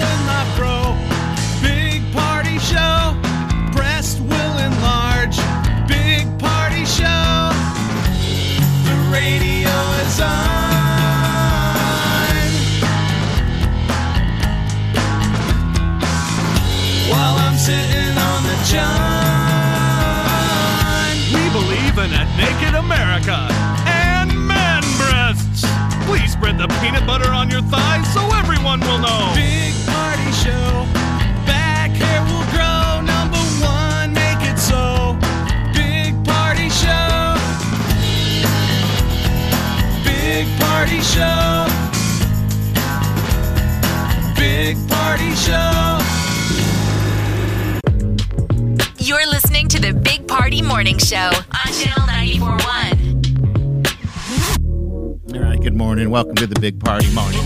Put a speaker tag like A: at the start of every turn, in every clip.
A: in my fro, big party show. Breast will enlarge, big party show. The radio is on. While I'm sitting on the john. We believe in a naked America and man breasts. Please spread the peanut butter on your thighs so everyone will know. Big party show. Back hair will grow. Number one, make it so. Big party show. Big party show. Big party show.
B: You're listening to the Big Party Morning Show on Channel 941.
C: All right, good morning. Welcome to the big party morning.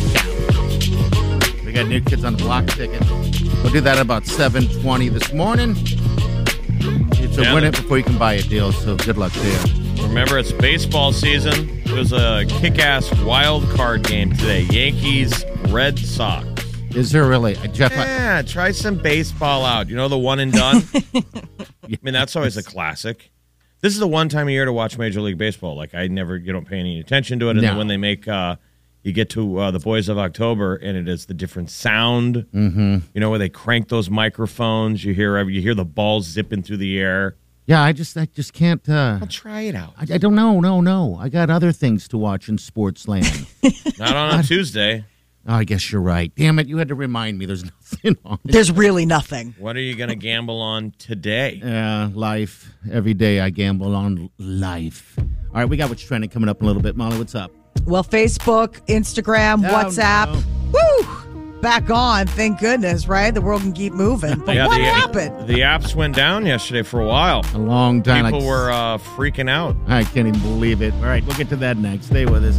C: We got new kids on the block ticket. We'll do that about 720 this morning. It's a
D: Yeah,
C: win it
D: that-
C: before you can buy a deal, so good luck there.
D: Remember, it's baseball season. It was a kick ass wild card game today. Yankees, Red Sox.
C: Is there really? I- Jeff, I-
D: Yeah, try some baseball out. You know, the one and done? I mean, that's always a classic. This is the one time of year to watch Major League Baseball. Like, I never, you don't pay any attention to it. And then
C: No.
D: when they make, uh, you get to uh, the Boys of October, and it is the different sound. You know where they crank those microphones. You hear every, you hear the balls zipping through the air.
C: yeah, I just I just can't uh
D: Try it out.
C: I, I don't know, no, no. I got other things to watch in sports land.
D: Not on a Tuesday.
C: oh, I guess you're right. Damn it, you had to remind me there's nothing on it.
E: There's really nothing.
D: What are you going to gamble on today?
C: Yeah, life. Every day I gamble on life. All right, we got what's trending coming up in a little bit. Molly, what's up?
E: Well, Facebook, Instagram,
C: No,
E: WhatsApp. Woo! Back on, thank goodness, right? The world can keep moving. But what
D: the,
E: happened?
D: The apps went down yesterday for a while.
C: A long time.
D: People
C: like,
D: were uh, freaking out.
C: I can't even believe it. All right, we'll get to that next. Stay with us.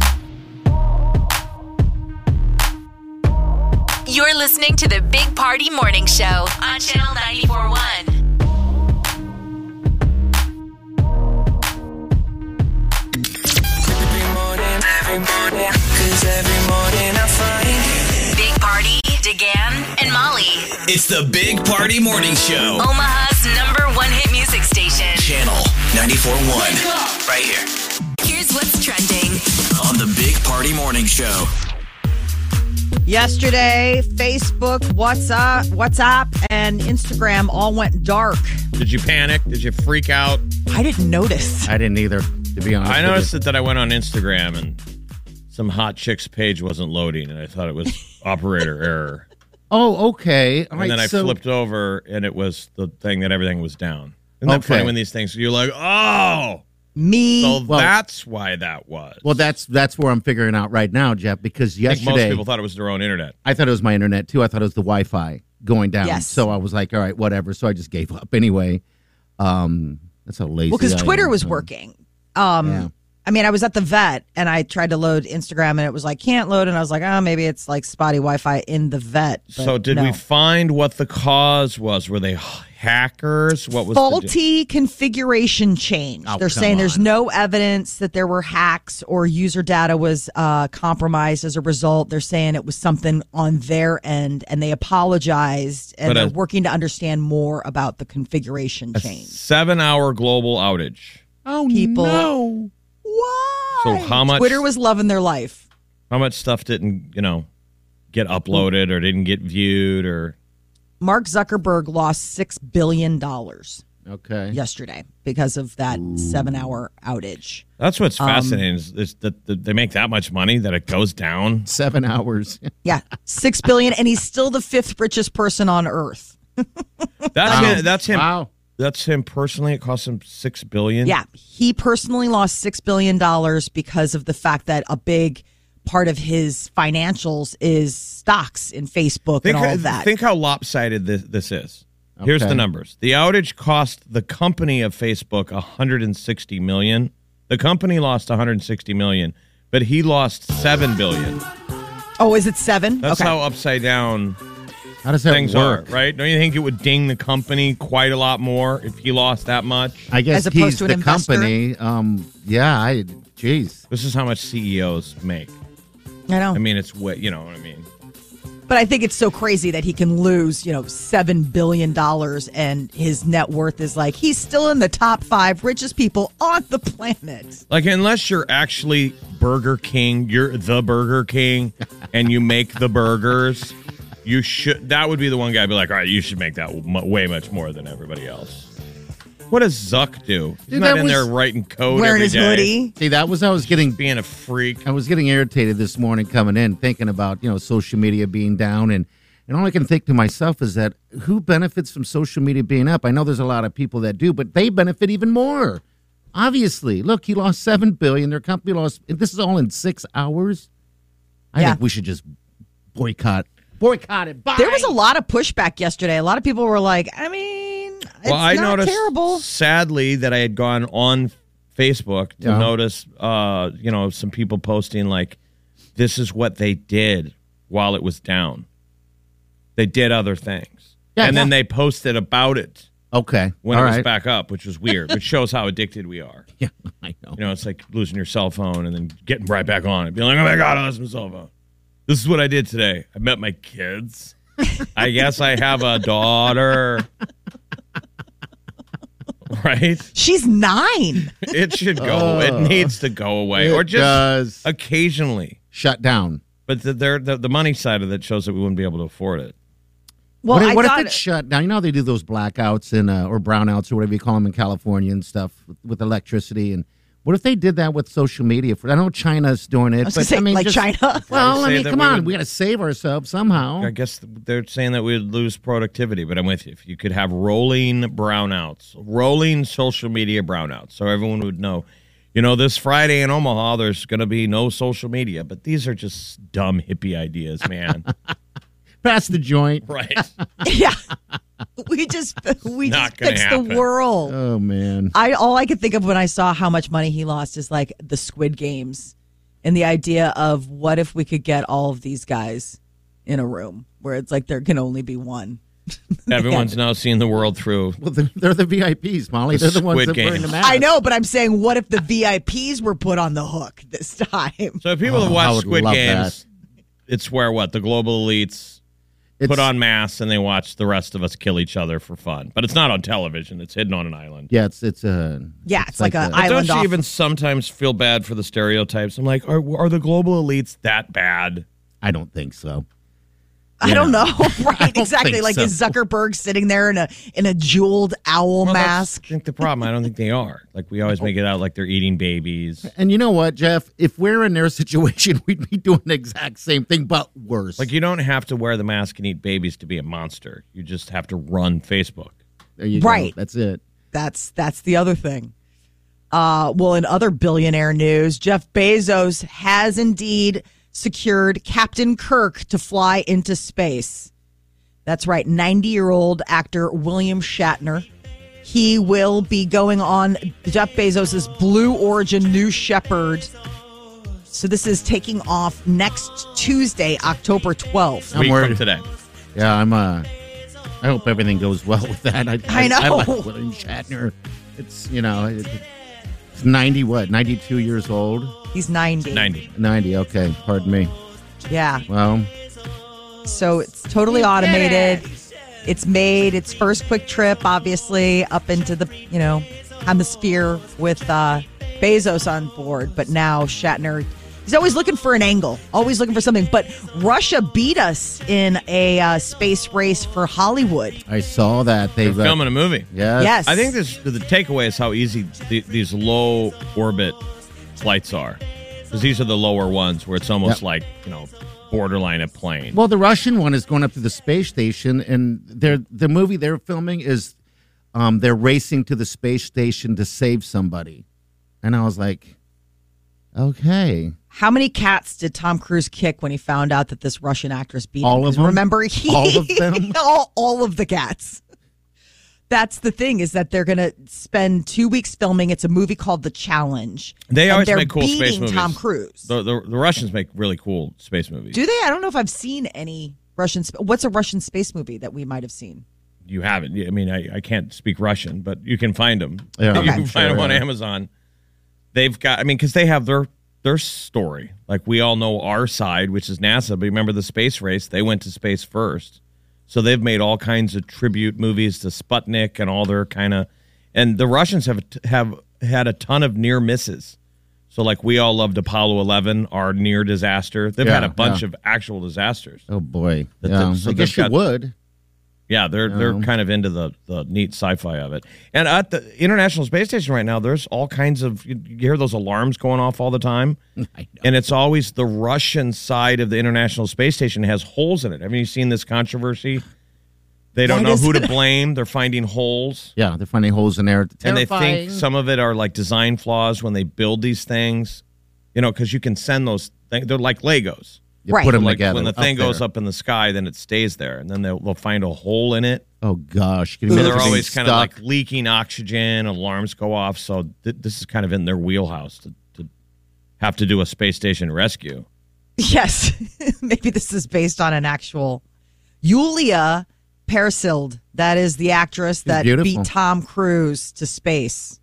B: You're listening to the Big Party Morning Show on Channel 941. Big Party, DeGan, and Molly.
A: It's the Big Party Morning Show.
B: Omaha's number one hit music station.
A: Channel 94.1. Right here.
B: Here's what's trending.
A: On the Big Party Morning Show.
E: Yesterday, Facebook, WhatsApp, WhatsApp, and Instagram all went dark.
D: Did you panic? Did you freak out?
E: I didn't notice.
C: I didn't either, to be honest.
D: I
C: with
D: noticed
C: you.
D: that, that I went on Instagram and some hot chick's page wasn't loading, and I thought it was operator error.
C: Oh, okay. All
D: And
C: right,
D: then I
C: so,
D: flipped over, and it was the thing that everything was down. Isn't that
C: Okay.
D: funny when these things? You're like, oh,
E: Me,
D: so
C: Well-
D: that's why that was.
C: Well, that's that's where I'm figuring out right now, Jeff,
D: I
C: because
D: think most
C: yesterday
D: people thought it was their own internet.
C: I thought it was my internet too. I thought it was the Wi-Fi going down.
E: Yes.
C: So I was like, all right, whatever. So I just gave up anyway. Um, that's how lazy.
E: well, because
C: I am,
E: Twitter was
C: so.
E: working. Um,
C: Yeah.
E: I mean, I was at the vet and I tried to load Instagram and it was like, can't load. And I was like, oh, maybe it's like spotty Wi Fi in the vet. But
D: So did
E: no.
D: we find what the cause was? Were they h- hackers? What was the de-
E: faulty configuration change.
C: Oh,
E: They're
C: come
E: saying there's
C: on.
E: no evidence that there were hacks or user data was uh, compromised as a result. They're saying it was something on their end, and they apologized and
D: But, uh,
E: they're working to understand more about the configuration change.
D: seven-hour global outage?
C: Oh
E: People-
C: no!
E: Why?
D: So how much-
E: Twitter was loving their life.
D: How much stuff didn't you know get uploaded or didn't get viewed or
E: Mark Zuckerberg lost six billion dollars
C: Okay.
E: yesterday because of that seven-hour outage.
D: that's
E: Um,
D: what's fascinating is, is that that they make that much money that it goes down.
C: Seven hours.
E: Yeah, six billion, and he's still the fifth richest person on earth.
D: That's him, that's him.
C: Wow.
D: That's him personally. It cost him six billion.
E: Yeah, he personally lost six billion dollars because of the fact that a big part of his financials is stocks in Facebook
D: Think
E: and all
D: how,
E: of that.
D: think how lopsided this, this is. Here's
C: Okay.
D: the numbers. The outage cost the company of Facebook 160 million. The company lost 160 million, but he lost 7 billion.
E: oh, is it seven?
D: That's
E: okay.
D: how upside down
C: How does that
D: things
C: work?
D: are, right? Don't you think it would ding the company quite a lot more if he lost that much?
C: I guess
E: As opposed
C: he's
E: to an
C: the
E: investor?
C: company. Um, yeah, I. Jeez.
D: This is how much CEOs make.
E: I know.
D: I mean, it's what you know what I mean.
E: but I think it's so crazy that he can lose, you know, seven billion dollars and his net worth is like he's still in the top five richest people on the planet.
D: Like unless you're actually Burger King, you're the Burger King, and you make the burgers, you should. That would be the one guy. I'd Be like, all right, you should make that mu way much more than everybody else. What does Zuck do? He's
C: Dude,
D: not
C: that
D: in there
C: was-
D: writing code
E: Wearing
D: every
E: his
D: day,
E: hoodie.
C: See, that was I was getting
D: being a freak.
C: I was getting irritated this morning coming in, thinking about you know social media being down, and and all I can think to myself is that who benefits from social media being up? I know there's a lot of people that do, but they benefit even more. Obviously, look, he lost seven billion. Their company lost. and This is all in six hours. I
E: Yeah.
C: think we should just boycott, boycott it. Bye.
E: There was a lot of pushback yesterday. A lot of people were like, I mean, it's
D: Well, I
E: not
D: noticed
E: terrible.
D: sadly that I had gone on Facebook to
C: Yeah.
D: notice, uh, you know, some people posting like, "This is what they did while it was down. They did other things,
C: Yeah,
D: and then
C: yeah.
D: they posted about it
C: okay.
D: when
C: all
D: it was
C: right.
D: back up, which was weird, which shows how addicted we are.
C: Yeah, I know.
D: You know, it's like losing your cell phone and then getting right back on it, being like, "Oh my god, I lost my cell phone. This is what I did today. I met my kids. I guess I have a daughter." Right?
E: She's nine.
D: It should go. it needs to go away, or
C: Uh, It
D: just
C: does.
D: occasionally.
C: shut down.
D: But the, there- the the money side of it shows that we wouldn't be able to afford it.
E: Well,
C: what if,
E: I
C: what if
E: got
C: it shut down? You know how they do those blackouts and uh, or brownouts or whatever you call them in California and stuff with, with electricity. And what if they did that with social media? For I know China's doing it,
E: I was
C: but
E: gonna say,
C: I mean,
E: like
C: just-
E: China.
C: Well,
D: Say
C: I mean,
D: that
C: come
D: we
C: on,
D: would-
C: we got to save ourselves somehow.
D: I guess they're saying that we'd lose productivity, but I'm with you. If you could have rolling brownouts, rolling social media brownouts, so everyone would know. You know, this Friday in Omaha, there's going to be no social media, but these are just dumb hippie ideas, man.
C: Pass the joint.
D: right?
E: Yeah. We just we
D: Not
E: just
D: gonna
E: fixed
D: happen.
E: the world.
C: Oh man,
E: I all I could think of when I saw how much money he lost is like the Squid Games and the idea of what if we could get all of these guys in a room where it's like there can only be one.
D: Everyone's now seeing the world through.
C: well, they're, they're the VIPs, Molly.
D: The
C: they're the ones
D: Squid
C: that were in the
D: Games.
C: mask.
E: I know, but I'm saying what if the VIPs were put on the hook this time?
D: So if people have
C: Oh, I
D: watched
C: would
D: Squid
C: love
D: Games, it's where what the global elites
C: It's,
D: put on masks and they watch the rest of us kill each other for fun. But it's not on television. It's hidden on an island.
C: Yeah, it's it's uh,
E: Yeah, it's, like,
C: like
E: an
C: a-
D: Don't
E: island
D: you
E: off.
D: even sometimes feel bad for the stereotypes? I'm like, are, are the global elites that bad?
C: I don't think so.
E: I don't know, right?
C: don't
E: exactly.
C: think
E: Like
C: so.
E: is Zuckerberg sitting there in a in a jeweled owl
D: Well, that's,
E: mask?
D: I think the problem. I don't think they are. Like we always make it out like they're eating babies.
C: And you know what, Jeff? If we're in their situation, we'd be doing the exact same thing, but worse.
D: Like you don't have to wear the mask and eat babies to be a monster. You just have to run Facebook.
C: there you
E: Right.
C: Go. That's it.
E: That's that's the other thing. Uh, well, in other billionaire news, Jeff Bezos has indeed secured Captain Kirk to fly into space. That's right, 90 year old actor William Shatner. He will be going on Jeff Bezos' Blue Origin New Shepard. So this is taking off next Tuesday, October 12th.
C: I'm
D: Week
C: worried.
D: from today.
C: Yeah, I'm. Uh, I hope everything goes well with that. I,
E: I know.
C: I, like William Shatner. It's you know, it- it's ninety what, ninety two years old,
E: He's 90.
D: Ninety.
C: ninety. Okay, pardon me.
E: Yeah.
C: Well,
E: So it's totally automated. It's made its first quick trip, obviously, up into the you know hemisphere with uh, Bezos on board. But now Shatner, he's always looking for an angle, always looking for something. But Russia beat us in a uh, space race for Hollywood.
C: I saw that they
D: They're filming a movie.
C: Yes.
E: Yes,
D: Uh, I think this the takeaway is how easy the, these low orbit flights are, because these are the lower ones where it's almost
C: Yep.
D: like you know borderline a plane.
C: Well, the Russian one is going up to the space station, and they're, the movie they're filming is um, they're racing to the space station to save somebody. And I was like, okay.
E: How many cats did Tom Cruise kick when he found out that this Russian actress beat him?
C: All of
E: 'Cause
C: them?
E: Remember, he
C: All of them?
E: all, all of the cats. That's the thing is that they're going to spend two weeks filming. It's a movie called The Challenge.
D: They
E: And
D: always
E: they're
D: make cool space
E: beating
D: movies.
E: Tom Cruise.
D: The, the, the Russians make really cool space movies.
E: Do they? I don't know if I've seen any Russian. Sp- What's a Russian space movie that we might have seen?
D: You haven't. I mean, I, I can't speak Russian, but you can find them.
C: Yeah,
D: you
C: Okay.
D: can find them on
C: sure, yeah.
D: Amazon. They've got. I mean, because they have their their story. Like we all know our side, which is NASA. But remember the space race? They went to space first, so they've made all kinds of tribute movies to Sputnik and all their kind of. And the Russians have have had a ton of near misses. So like we all loved Apollo 11, our near disaster. They've had
C: Yeah,
D: a bunch
C: yeah.
D: of actual disasters.
C: Oh, boy.
D: That's
C: Yeah.
D: it. So
C: I guess
D: they've
C: you
D: got-
C: would.
D: Yeah, they're
C: Um,
D: they're kind of into the the neat sci-fi of it. And at the International Space Station right now, there's all kinds of you you hear those alarms going off all the time. And it's always the Russian side of the International Space Station has holes in it. Have you seen this controversy? They don't know who to blame. They're finding holes.
C: Yeah, they're finding holes in there.
D: And they think some of it are like design flaws when they build these things. You know, cuz you can send those things they're like Legos
C: you
E: Right.
C: put them
D: like
C: together.
D: when the thing
C: there.
D: goes up in the sky, then it stays there, and then they'll, they'll find a hole in it.
C: Oh, gosh. Can you
D: So
C: imagine
D: they're
C: being
D: always kind of
C: stuck?
D: like leaking oxygen, alarms go off. So th- this is kind of in their wheelhouse to, to have to do a space station rescue.
E: Yes. Maybe this is based on an actual Yulia Persild. That is the actress that
C: beautiful.
E: beat Tom Cruise to space.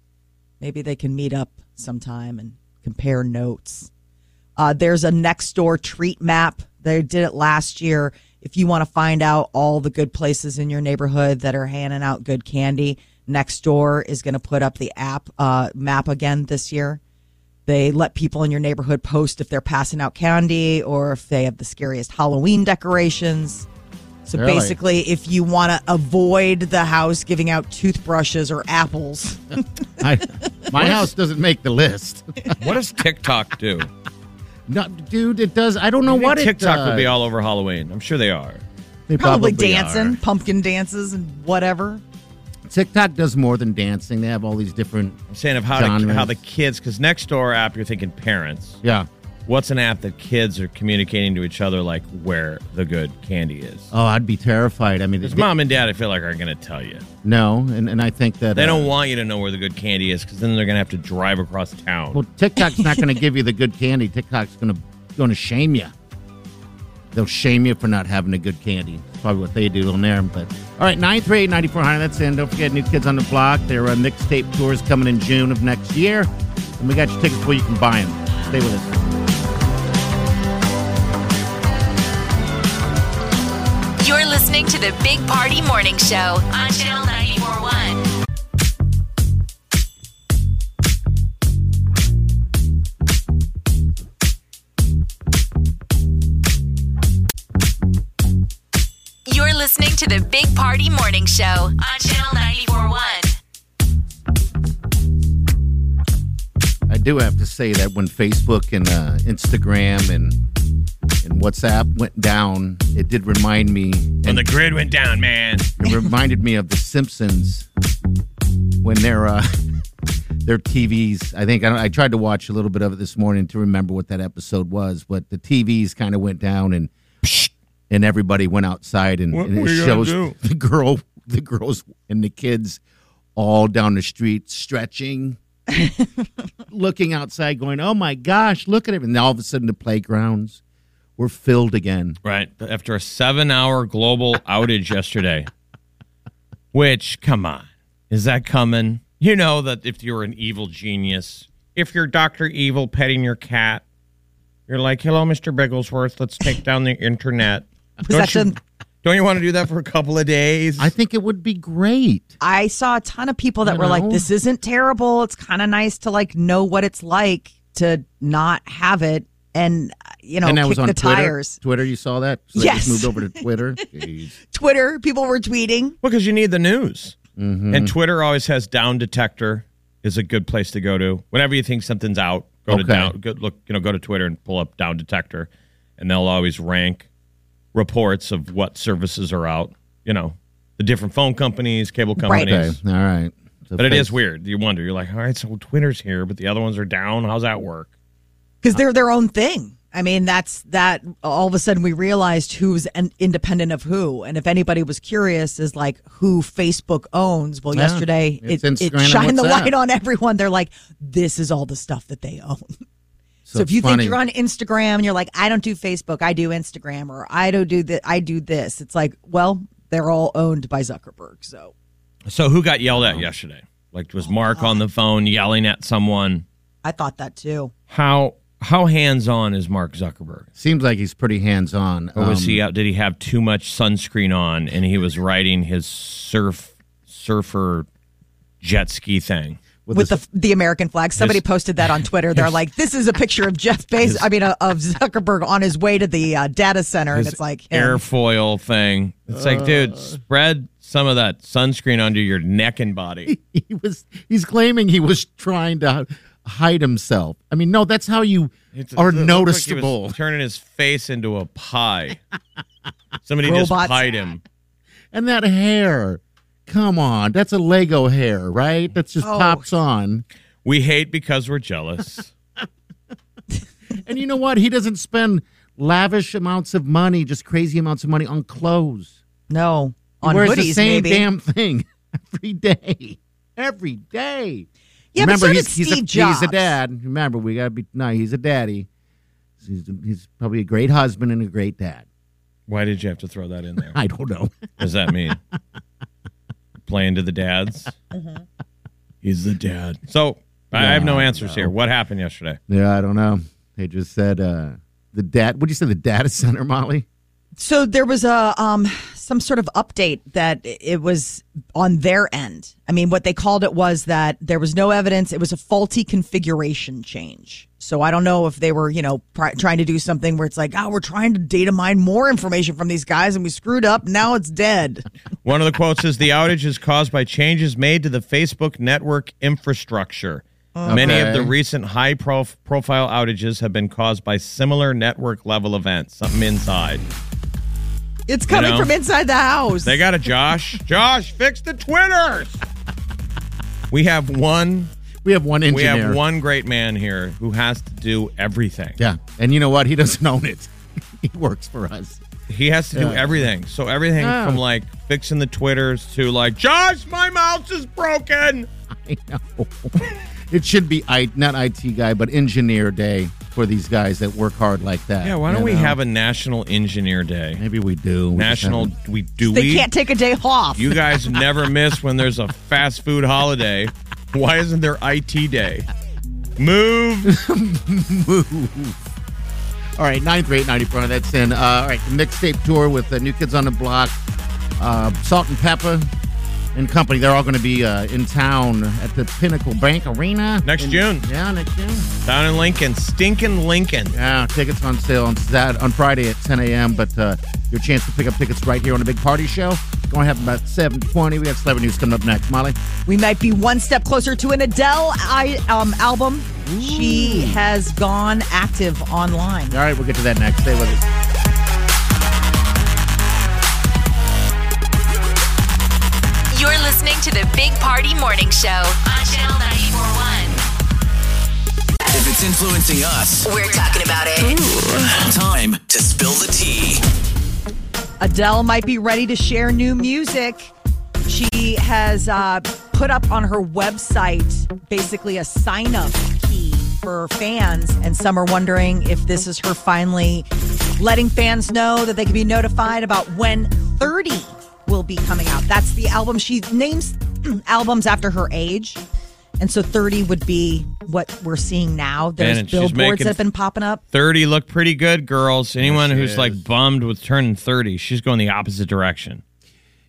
E: Maybe they can meet up sometime and compare notes. Uh, there's a next door treat map. They did it last year. If you want to find out all the good places in your neighborhood that are handing out good candy, next door is going to put up the app uh, map again this year. They let people in your neighborhood post if they're passing out candy or if they have the scariest Halloween decorations. So
C: Really?
E: basically, if you want to avoid the house giving out toothbrushes or apples,
C: I, my house doesn't make the list.
D: What does TikTok do?
C: No, dude, it does. I don't know
D: I think
C: what
D: TikTok
C: it
D: will be
C: does.
D: all over Halloween. I'm sure they are.
C: They
E: probably,
C: are.
E: dancing, pumpkin dances, and whatever.
C: TikTok does more than dancing. They have all these different.
D: I'm saying of how to,
C: Genres.
D: how the kids because next door app you're thinking parents.
C: Yeah.
D: What's an app that kids are communicating to each other like where the good candy is?
C: Oh, I'd be terrified. I mean,
D: Because
C: they-
D: mom and dad, I feel like, are going to tell you.
C: no, and, and I think that
D: They
C: uh,
D: don't want you to know where the good candy is because then they're going to have to drive across town.
C: Well, TikTok's not going to give you the good candy. TikTok's going to going to shame you. They'll shame you for not having the good candy. Probably what they do on there. But all right, nine three eight ninety four hundred. That's in. Don't forget, new kids on the block. Their uh, mixtape tours coming in June of next year, and we got your tickets where you can buy them. Stay with us.
B: You're listening to the Big Party Morning Show on Channel 941. You're listening to the Big Party Morning Show on Channel 941.
C: I do have to say that when Facebook and uh, Instagram and and WhatsApp went down, it did remind me.
D: when
C: and
D: the grid went down, man.
C: It reminded me of The Simpsons when their uh, their TVs. I think I, don't- I tried to watch a little bit of it this morning to remember what that episode was, but the TVs kind of went down and and everybody went outside and,
D: What
C: and it
D: we gonna
C: shows
D: do?
C: the girl, the girls, and the kids all down the street stretching. looking outside, going, "Oh my gosh, look at it!" And all of a sudden, the playgrounds were filled again.
D: Right. After a seven hour global outage yesterday, which, come on, is that coming? You know that if you're an evil genius, if you're Dr. Evil petting your cat, you're like, hello, Mr. Bigglesworth, let's take down the internet.
E: Was that
D: you,
E: the-
D: don't you want to do that for a couple of days?
C: I think it would be great.
E: I saw a ton of people that
C: You
E: were like,
C: know?
E: "This isn't terrible. It's kind of nice to like know what it's like to not have it, and uh, you know,
C: and that
E: kick
C: was on
E: the
C: Twitter.
E: tires."
C: Twitter, you saw that? So they
E: Yes.
C: just moved over to Twitter. Jeez.
E: Twitter people were tweeting.
D: Well, because you need the news.
C: Mm-hmm.
D: And Twitter always has down detector is a good place to go to. Whenever you think something's out, go to
C: Okay.
D: down go, look, you know, go to Twitter and pull up down detector and they'll always rank reports of what services are out, you know. the different phone companies, cable
E: Right.
D: companies.
C: Okay. All right. So
D: But it is
C: face-
D: weird. You wonder. You're like, all right, so Twitter's here, but the other ones are down. How's that work?
E: because they're their own thing. I mean, that's that. All of a sudden, we realized who's an, independent of who, and if anybody was curious, is like who Facebook owns. Well,
C: Yeah,
E: yesterday
C: it's
E: it, it
C: Instagram and
E: shined the
C: WhatsApp.
E: light on everyone. They're like, this is all the stuff that they own. So, if
C: it's
E: you
C: funny.
E: think you're on Instagram and you're like, I don't do Facebook, I do Instagram, or I don't do that, I do this. It's like, well, they're all owned by Zuckerberg. So
D: So who got yelled at yesterday? Like was Mark on the phone yelling at someone?
E: I thought that too.
D: How how hands on is Mark Zuckerberg?
C: seems like he's pretty um, hands on.
D: Or was he out? Did he have too much sunscreen on and he was riding his surf surfer jet ski thing?
E: with the, the American flag. Somebody posted that on Twitter. They're like, "This is a picture of Jeff Bezos. I mean, uh, of Zuckerberg on his way to the uh, data center," and
D: His
E: it's like, him.
D: airfoil thing. It's like, dude, spread some of that sunscreen under your neck and body.
C: he was he's claiming he was trying to hide himself. I mean, no, that's how you are
D: It looked Like
C: noticeable.
D: he was turning his face into a pie. Somebody just
E: Robots.
D: pied him.
C: and that hair. Come on, that's a Lego hair, right? That's just
E: Oh.
C: pops on.
D: We hate because we're jealous.
C: And you know what? He doesn't spend lavish amounts of money, just crazy amounts of money on clothes.
E: "No,
C: He
E: on
C: wears
E: hoodies,
C: the same
E: maybe."
C: damn thing every day. Every day.
E: Yeah, but
C: Remember,
E: so did
C: he's, he's, a,
E: Steve
C: he's a
E: Jobs.
C: dad. Remember, we gotta be no, he's a daddy. He's, he's probably a great husband and a great dad.
D: Why did you have to throw that in there? What
C: I don't know.
D: does that mean? Playing to the dads?
C: Mm-hmm.
D: He's the dad. So I I have no answers here. What happened yesterday?
C: Yeah, I don't know. They just said uh, the data. What did you say? The data center, Molly.
E: So there was a um, some sort of update that it was on their end. I mean, what they called it was that there was no evidence. It was a faulty configuration change. So I don't know if they were, you know, pr- trying to do something where it's like, oh, we're trying to data mine more information from these guys, and we screwed up. Now it's dead.
D: One of the quotes is the outage is caused by changes made to the Facebook network infrastructure. Many of
C: Okay.
D: the recent high prof- profile outages have been caused by similar network level events, something inside.
E: It's coming
D: know?
E: from inside the house.
D: They got a Josh. Josh, fix the Twitters. We have one
C: We have one
D: we
C: engineer.
D: have one great man here who has to do everything.
C: Yeah, and you know what? He doesn't own it. he works for us.
D: He has to do everything. So everything
C: Yeah.
D: from like fixing the Twitters to like, Josh, my mouse is broken.
C: I know. it should be I not IT guy, but engineer day for these guys that work hard like that.
D: Yeah, why don't
C: you
D: we
C: know?
D: have a National Engineer Day?
C: Maybe we do We just
D: National,
C: haven't-
D: we do
E: They
D: we?
E: can't take a day off.
D: you guys never miss when there's a fast food holiday. Why isn't there IT Day? Move.
C: All right, ninth rate ninety front. That's in. Uh, all right, the mixtape tour with the New Kids on the Block, uh, Salt and Pepper, and company. They're all going to be uh, in town at the Pinnacle Bank Arena
D: Next
C: in-
D: June.
C: Yeah, next June.
D: Down in Lincoln, stinking Lincoln.
C: Yeah, tickets on sale on that on Friday at 10 a.m. But uh, your chance to pick up tickets right here on the Big Party Show. Going to happen about 7:20. We got celebrity news coming up next. Molly,
E: We might be one step closer to an Adele I, um, album. She has gone active online.
C: all right, we'll get to that next. Stay with us.
B: You're listening to the Big Party Morning Show on Channel 941.
F: If it's influencing us,
B: We're talking about it.
F: time to spill the tea.
E: Adele might be ready to share new music. She has uh, put up on her website basically a sign up key for fans, and some are wondering if this is her finally letting fans know that they can be notified about when 30 will be coming out. That's the album. She names albums after her age. And so 30 would be what we're seeing now. There's
D: and she's
E: billboards
D: making-
E: that have been popping up.
D: 30 look pretty good, girls. Anyone
C: she
D: who's
C: is.
D: like bummed with turning 30, she's going the opposite direction.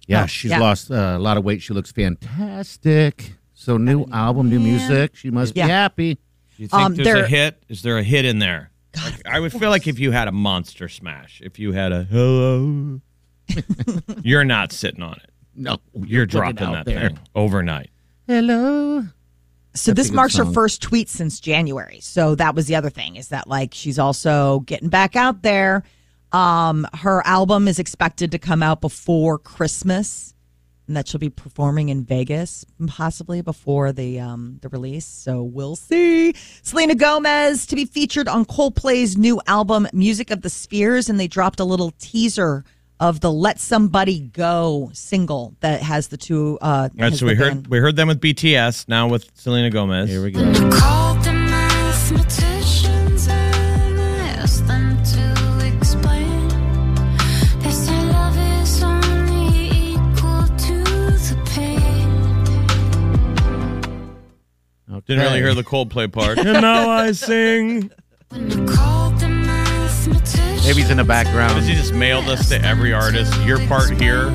C: Yeah, she's
E: yeah.
C: lost uh, a lot of weight. She looks fantastic. So new album, new music. She must
E: Yeah.
C: be happy.
D: Do you think
E: Um,
D: there's
E: there-
D: a hit? Is there a hit in there? Like, I would feel like if you had a monster smash, if you had a hello, you're not sitting on it.
C: No,
D: You're
C: putting it
D: dropping
C: out
D: that thing overnight.
C: Hello.
E: So
C: That's a
E: this
C: good
E: marks her
C: song.
E: first tweet since January. So that was the other thing is that like she's also getting back out there. Um, her album is expected to come out before Christmas, and that she'll be performing in Vegas possibly before the um, the release. So we'll see. Selena Gomez to be featured on Coldplay's new album Music of the Spheres, and they dropped a little teaser of the "Let Somebody Go" single that has the two. Uh,
D: All right,
E: has
D: so we
E: the
D: heard
E: band.
D: we heard them with BTS. Now with Selena Gomez.
C: Here we go.
G: Called the mathematicians and I asked them to explain. They say love is only equal to the pain.
C: Oh,
D: Didn't really hear the Coldplay part. and now I sing.
G: Called the mathematicians.
C: Maybe he's in the background.
D: Does he just mail this to every artist? Your part here.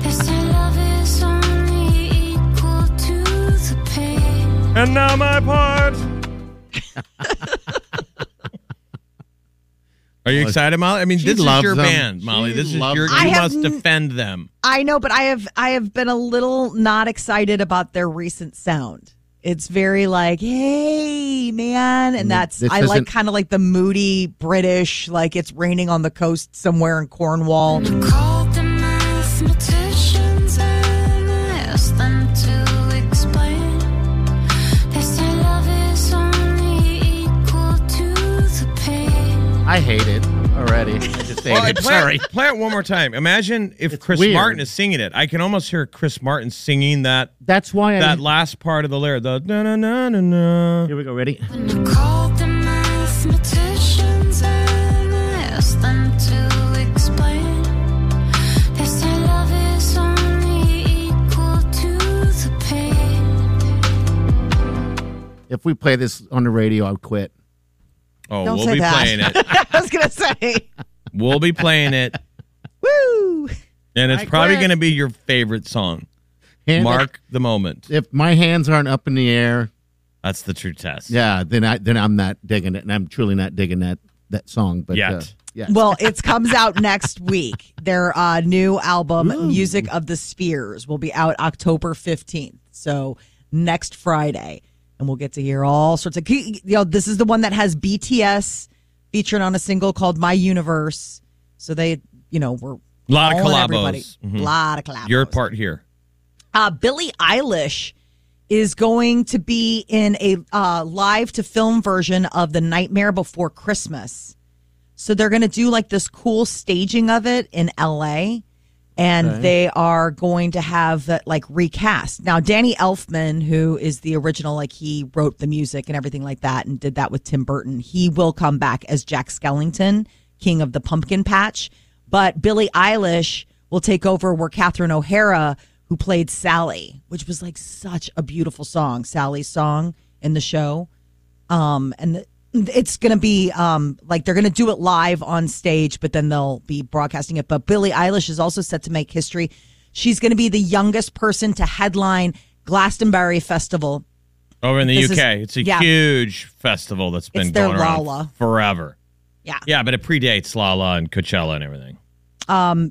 G: They say love is only equal to the pain.
D: And now my part. Are you excited, Molly? I mean,
C: She
D: this is
C: loves
D: your
C: them.
D: band, Molly.
C: She
D: this is
C: loves
D: your.
C: them.
E: I
D: You
E: have
D: must
E: n-
D: defend them.
E: I know, but I have I have been a little not excited about their recent sound. It's very like, hey man, and that's
C: Mm, this
E: I like
C: isn't-
E: kind of like the moody British, like it's raining on the coast somewhere in Cornwall.
D: Mm.
G: Called the mathematicians and I asked them to explain. They say love is only equal to the pain.
C: I hate it already. I just hate
D: Well,
C: it.
D: play, it-
C: Sorry.
D: play it one more time. Imagine if Chris
C: weird.
D: Martin is singing it. I can almost hear Chris Martin singing that
C: That's why I.
D: that last part of the lyric. The na na na na na.
C: here we go. Ready?
G: Called the mathematicians and I asked them to explain. They say love is only equal to the pain.
C: If we play this on the radio, I'll quit.
D: Oh,
E: Don't
D: we'll
E: say
D: be
E: that.
D: playing it.
E: I was gonna say,
D: We'll be playing it,
E: woo.
D: and it's
C: I
D: probably
C: quit.
D: going to be your favorite song.
C: Hand-
D: Mark the moment.
C: If my hands aren't up in the air,
D: That's the true test.
C: yeah, then I then I'm not digging it, and I'm truly not digging that that song. But
D: Yet.
C: uh, yeah,
E: Well, it comes out next week. Their uh, new album, Music of the Spheres, will be out October 15th. So next Friday. And we'll get to hear all sorts of. You know, this is the one that has BTS featured on a single called My Universe. So they, you know, were.
D: A lot of
E: calling everybody.
D: collabos. Mhm.
E: lot of collabos.
D: Your part here.
E: Uh, Billie Eilish is going to be in a uh, live to film version of The Nightmare Before Christmas. So they're going to do like this cool staging of it in LA. And they are going to have that like recast. Now, Danny Elfman, who is the original, like he wrote the music and everything like that and did that with Tim Burton, he will come back as Jack Skellington, King of the Pumpkin Patch. But Billie Eilish will take over where Catherine O'Hara, who played Sally, which was like such a beautiful song, Sally's song in the show um and th- it's gonna be um like they're gonna do it live on stage but then they'll be broadcasting it but billie eilish is also set to make history she's gonna be the youngest person to headline glastonbury festival
D: Over in the
E: This is-
D: UK, it's a
E: yeah.
D: huge festival that's been
E: It's their
D: going around
E: Lala.
D: forever.
E: Yeah.
D: Yeah, but it predates Lala and Coachella and everything.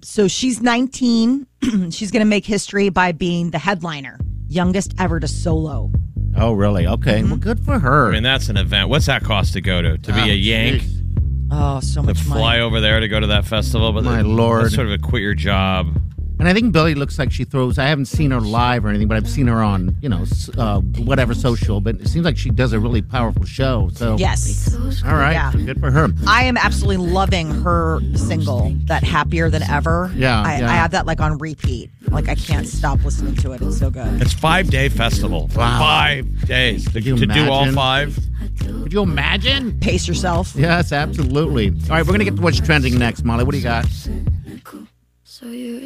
E: so she's 19 she's gonna make history by being the headliner youngest ever to solo
C: oh really? Okay. Well, good for her.
D: I mean, that's an event. What's that cost to go to? To be
C: Oh,
D: a Yank,
C: jeez.
E: oh so
D: to
E: much
D: fly
E: money
D: over there to go to that festival, but
C: My
D: that-
C: lord.
D: that's sort of a quit your job.
C: And I think Billy looks like she throws. I haven't seen her live or anything, but I've seen her on, you know, s- uh, whatever social. But it seems like she does a really powerful show. So
E: yes
C: all right,
E: Yeah.
C: good for her.
E: I am absolutely loving her single, that happier than ever.
C: Yeah,
E: I,
C: yeah.
E: I have that like on repeat. Like I can't stop listening to it. It's so good.
D: It's five day festival.
C: Wow.
D: Five days to,
C: you
D: to do all
C: imagine?
D: five.
C: Could you imagine?
E: Pace yourself.
C: Yes, absolutely. All right, we're gonna get to what's trending next, Molly. What do you got?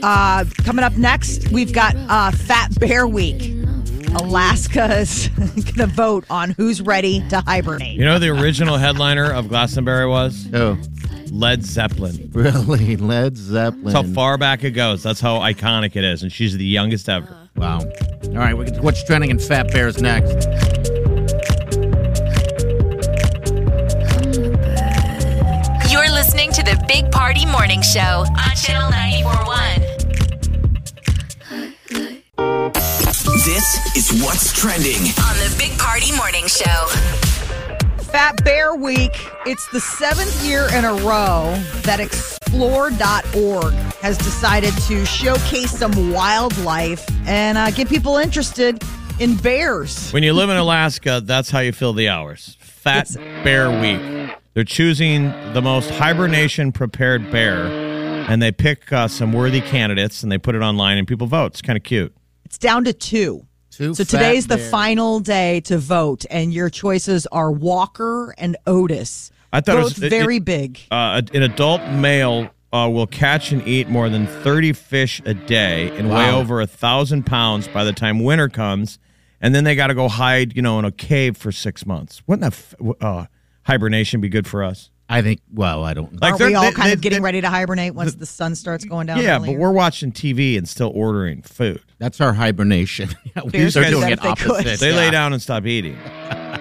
E: Uh, coming up next, we've got uh, Fat Bear Week. Alaska's gonna vote on who's ready to hibernate.
D: You know, who the original headliner of Glastonbury was
C: Oh,
D: Led Zeppelin.
C: really? Led Zeppelin.
D: That's how far back it goes. That's how iconic it is, and she's the youngest
E: Uh-huh.
D: ever.
C: Wow. All right, we get to what's trending in Fat Bears next.
B: You're listening to the Big Party Morning Show on Channel 941.
F: This is what's trending.
B: On the Big Party Morning Show.
E: Fat Bear Week. It's the seventh year in a row that ex- Floor.org has decided to showcase some wildlife and uh, get people interested in bears.
D: When you live in Alaska, that's how you fill the hours. Fat Bear Week. They're choosing the most hibernation prepared bear, and they pick uh, some worthy candidates and they put it online and people vote. It's kind of cute.
E: It's down to two.
C: Two
E: So
C: fat
E: today's the
C: bears.
E: final day to vote, and your choices are Walker and Otis.
D: I thought it
E: both
D: was- it-
E: very
D: it-
E: big.
D: Uh, an adult male uh, will catch and eat more than 30 fish a day and weigh
C: Wow.
D: over a thousand pounds by the time winter comes. And then they got to go hide, you know, in a cave for six months. Wouldn't that f- w- uh, hibernation be good for us?
C: I think. Well, I don't. know.
D: Like
E: Aren't
D: they're-
E: we all
D: they-
E: kind
D: they-
E: of getting
D: they-
E: ready to hibernate once the, sun starts going down?
D: Yeah,
E: earlier?
D: but we're watching TV and still ordering food.
C: That's our hibernation. Yeah, we are
E: Bears
D: are
C: doing
D: better
C: it
E: if they could.
C: opposite.
D: They lay
C: yeah.
D: down and stop eating.
E: I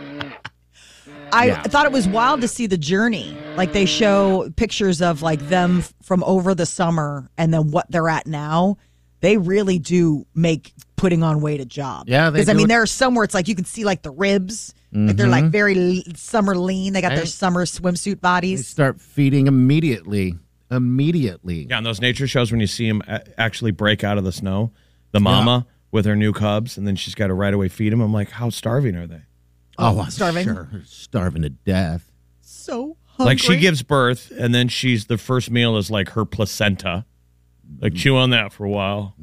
C: Yeah.
E: thought it was wild to see the journey. Like they show pictures of like them f- from over the summer and then what they're at now. They really do make putting on weight a job.
C: Yeah, they
E: because I
C: do
E: mean
C: it- Mm-hmm.
E: there are some where it's like you can see like the ribs. Like they're like very le- summer lean. They got their
C: Right.
E: summer swimsuit
C: They
E: bodies.
C: start feeding immediately. Immediately.
D: Yeah, on those nature shows, when you see them actually break out of the snow, the mama with her new cubs, and then she's got to right away feed them. I'm like, how starving are they?
C: Oh, I'm
E: starving.
C: Sure. Starving to death.
E: So hungry.
D: Like she gives birth, and then she's the first meal is like her placenta. Like chew on that for a while.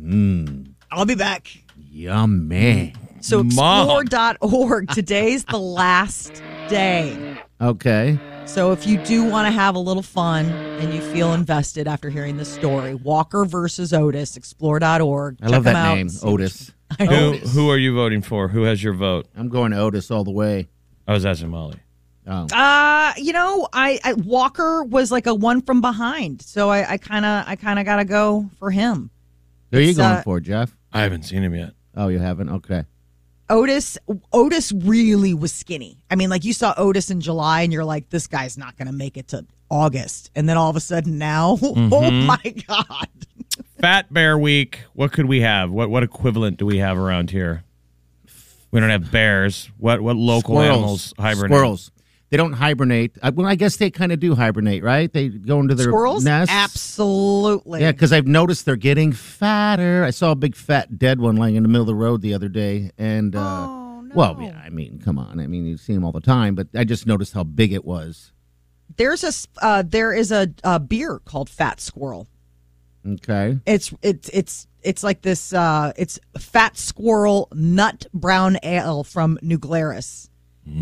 E: I'll be back.
C: Yummy.
E: So
D: Mom.
E: explore.org. Today's the last day.
C: Okay.
E: So if you do want to have a little fun and you feel invested after hearing this story, Walker versus Otis, explore.org.
C: I
E: Check
C: love
E: them
C: that
E: out.
C: name, Oh. Otis.
E: I know.
D: Who who are you voting for? Who has your vote?
C: I'm going Otis all the way.
D: I was asking Molly.
C: Oh.
E: Uh, you know, I, I Walker was like a one from behind, so I, I kind of I kind of got to go for him.
C: Who are you
E: it's,
C: going
E: uh,
C: for, Jeff?
D: I haven't seen him yet.
C: Oh, you haven't? Okay.
E: Otis Otis really was skinny. I mean, like you saw Otis in July and you're like this guy's not going to make it to August. And then all of a sudden now, oh
C: Mm-hmm.
E: my god.
D: Fat Bear Week. What could we have? What what equivalent do we have around here? We don't have bears. What what local animals hibernate?
C: Squirrels. They don't hibernate. I, well, I guess they kind of do hibernate, right? They go into their
E: Squirrels?
C: nests.
E: Absolutely.
C: Yeah, because I've noticed they're getting fatter. I saw a big fat dead one laying in the middle of the road the other day, and uh,
E: Oh,
C: well, yeah, I mean, come on, I mean, you see them all the time, but I just noticed how big it was.
E: there's a s- uh, there is a, a beer called Fat Squirrel.
C: Okay,
E: It's it's it's it's like this. Uh, it's Fat Squirrel Nut Brown Ale from New Glarus.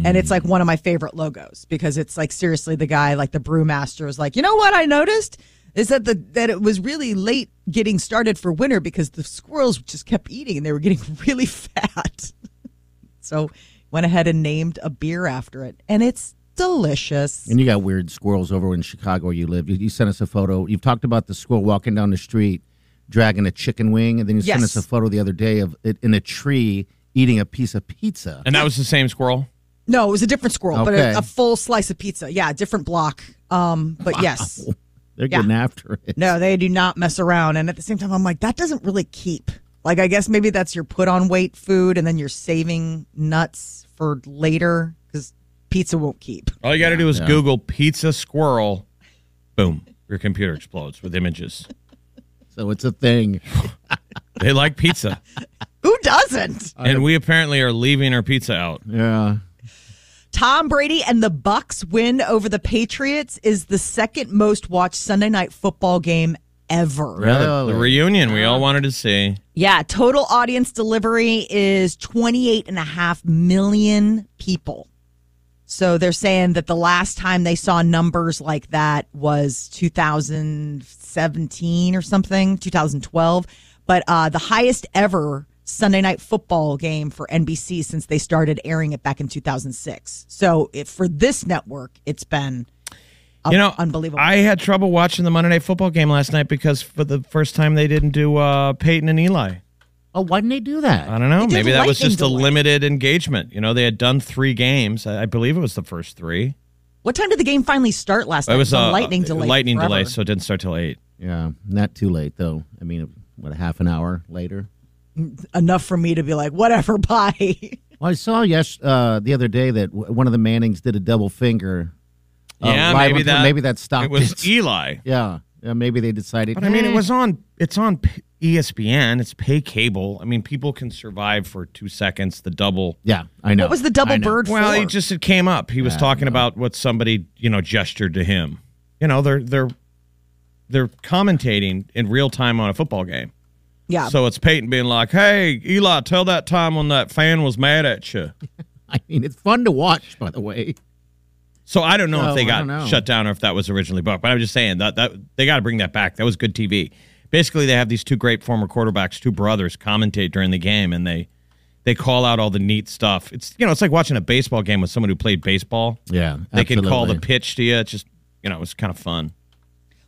E: And it's like one of my favorite logos because it's like seriously the guy like the brewmaster was like, you know what I noticed is that the that it was really late getting started for winter because the squirrels just kept eating and they were getting really fat. so went ahead and named a beer after it, and it's delicious.
C: and you got weird squirrels over in Chicago where you live. You, you sent us a photo. You've talked about the squirrel walking down the street dragging a chicken wing, and then you sent
E: Yes.
C: us a photo the other day of it in a tree eating a piece of pizza.
D: And that was the same squirrel.
E: No, it was a different squirrel, but
C: Okay.
E: a, a full slice of pizza. Yeah, a different block. Um, but yes,
C: They're
E: Yeah.
C: getting after it.
E: no, they do not mess around. And at the same time, I'm like, that doesn't really keep. Like, I guess maybe that's your put on weight food, and then you're saving nuts for later because pizza won't keep.
D: All you got to do is Google pizza squirrel. Boom. Your computer explodes with images.
C: So it's a thing.
D: They like pizza.
E: Who doesn't?
D: and we apparently are leaving our pizza out.
C: Yeah.
E: Tom Brady and the Bucks win over the Patriots is the second most watched Sunday night football game ever.
D: The, the reunion we all wanted to see.
E: Yeah, total audience delivery is 28 and a half million people. So they're saying that the last time they saw numbers like that was 2017 or something, 2012. But uh, the highest ever Sunday night football game for NBC since they started airing it back in 2006. So if, for this network, it's been
D: you know,
E: unbelievable.
D: I had trouble watching the Monday Night Football game last night because for the first time they didn't do uh, Peyton and Eli.
C: Oh, why didn't they do that?
D: I don't know.
E: They did
D: Maybe that was
E: lightning
D: just a
E: delay.
D: limited engagement. You know, they had done three games. I, I believe it was the first three.
E: what time did the game finally start last night?
D: it was
E: a
D: uh,
E: lightning
D: uh,
E: delay.
D: Lightning
E: forever.
D: delay, so it didn't start till eight.
C: Yeah, not too late though. I mean, what a half an hour later.
E: Enough for me to be like, whatever, bye.
C: Well, I saw yes uh, the other day that w- one of the Mannings did a double finger. uh,
D: yeah,
C: live
D: maybe
C: on-
D: that
C: maybe that stopped
D: It was
C: it.
D: Eli.
C: yeah, Uh, maybe they decided.
D: But I
E: Mm.
D: mean, it was on. It's on P- ESPN. It's pay cable. I mean, people can survive for two seconds. The double.
C: Yeah, I know.
E: What was the double
C: I know.
E: bird
D: Well,
E: for?
D: he just it came up. He was talking about what somebody you know gestured to him. You know, they're they're they're commentating in real time on a football game.
E: yeah.
D: So it's Peyton being like, "Hey, Eli, tell that time when that fan was mad at you."
C: I mean, it's fun to watch, by the way.
D: So I don't know
C: No,
D: if they
C: Oh, I
D: got
C: don't know.
D: shut down or if that was originally booked, but I'm just saying that that they got to bring that back. That was good TV. Basically, they have these two great former quarterbacks, two brothers, commentate during the game, and they they call out all the neat stuff. It's you know, it's like watching a baseball game with someone who played baseball.
C: Yeah,
D: they can call the
C: absolutely.
D: pitch to you. It's just you know, it's kind of fun.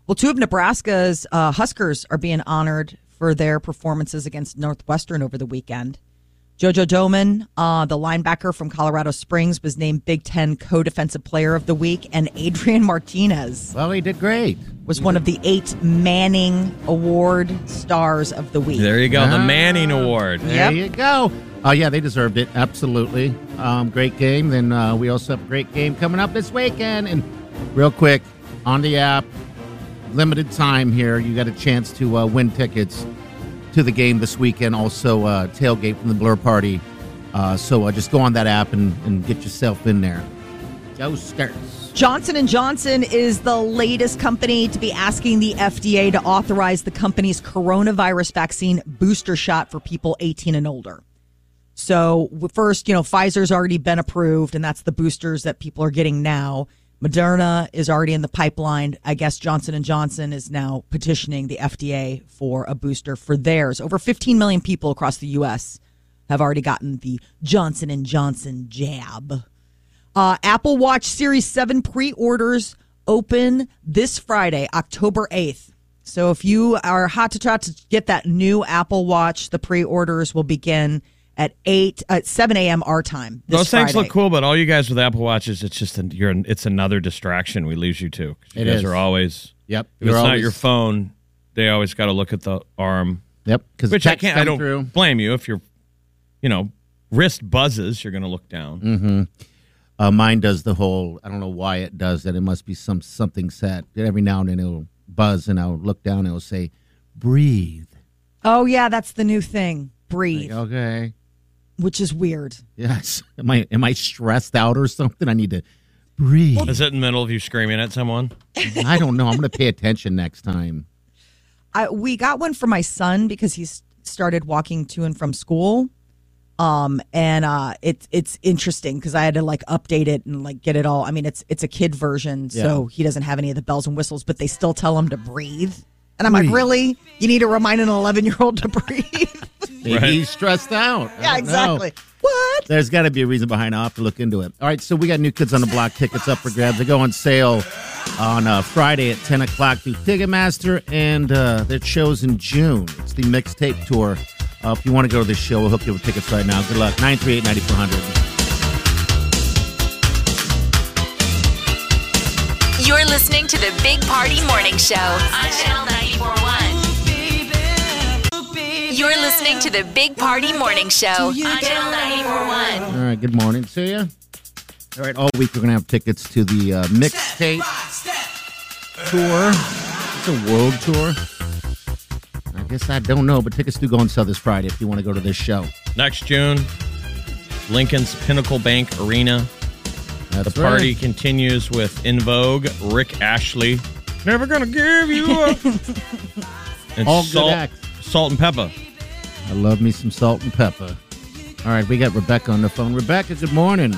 E: Well, two of Nebraska's uh, Huskers are being honored for their performances against Northwestern over the weekend. Jojo Doman, uh, the linebacker from Colorado Springs, was named Big Ten Co Defensive Player of the Week, and Adrian Martinez
C: Well, he did great.
E: was one of the eight Manning Award stars of the week.
D: There you go, the
C: Ah.
D: Manning Award.
C: There
E: Yep.
C: you go. Oh, yeah, they deserved it. Absolutely. Um, great game. Then uh, we also have a great game coming up this weekend. And real quick, on the app, limited time here. You got a chance to uh, win tickets to the game this weekend. Also, uh, tailgate from the Blur Party. Uh, so uh, just go on that app and, and get yourself in there. Go Skirts.
E: Johnson and Johnson is the latest company to be asking the FDA to authorize the company's coronavirus vaccine booster shot for people 18 and older. So w- first, you know, Pfizer's already been approved, and that's the boosters that people are getting now. Moderna is already in the pipeline. I guess Johnson and Johnson is now petitioning the FDA for a booster for theirs. Over 15 million people across the U.S. have already gotten the Johnson and Johnson jab. Uh, Apple Watch Series 7 pre orders open this Friday, October 8th. So if you are hot to trot to get that new Apple Watch, the pre orders will begin at 8 at 7 a.m. our time. This
D: Those things
E: Friday.
D: look cool, but all you guys with Apple Watches, it's just an, you're it's another distraction we lose you to. 'Cause You
C: It
D: guys
C: is.
D: are always
C: Yep.
D: If it's
C: You're
D: not
C: always-
D: your phone, they always got to look at the arm.
C: Yep. Because
D: Which I can't. I don't
C: Through.
D: blame you if your, you know, wrist buzzes. You're going to look down.
C: Mm-hmm. Uh, mine does the whole. I don't know why it does that. It must be some something set. Every now and then it'll buzz, and I'll look down. and It'll say, "Breathe."
E: Oh, yeah, that's the new thing. Breathe,
C: Okay.
E: which is weird.
C: Yes. Am I am I stressed out or something? I need to breathe.
D: Is it in the middle of you screaming at someone?
C: I don't know. I'm going to pay attention next time.
E: I, we got one for my son because he's started walking to and from school. Um, and uh, it's it's interesting because I had to like update it and like get it all. I mean, it's it's a kid version, so he doesn't have any of the bells and whistles, but they still tell him to breathe. And I'm like,
C: Breathe.
E: really? You need to remind an 11 year old to breathe?
C: Maybe
D: Right.
C: he's stressed out. I don't
E: yeah,
C: know.
E: exactly. What?
C: There's got to be a reason behind. it. I'll have to look into it. All right, so we got new kids on the block tickets up for grabs. They go on sale on uh, Friday at 10 o'clock through Ticketmaster, and uh, their show's in June. It's the mixtape tour. Uh, if you want to go to this show, we'll hook you up with tickets right now. Good luck. 938 9400.
B: You're listening to the Big Party Morning Show on Channel 941. You're listening to the Big Party Morning Show on Channel 941.
C: All right, good morning to you. All right, all week we're going to have tickets to the uh, mixtape tour. It's a world tour. I guess I don't know, but tickets do go on sale this Friday if you want to go to this show.
D: Next June, Lincoln's Pinnacle Bank Arena.
C: That's
D: The party continues with In Vogue, Rick Ashley. Never gonna give you up. and
C: All good
D: salt,
C: acts.
D: salt and pepper.
C: I love me some salt and pepper. All right, we got Rebecca on the phone. Rebecca, good morning.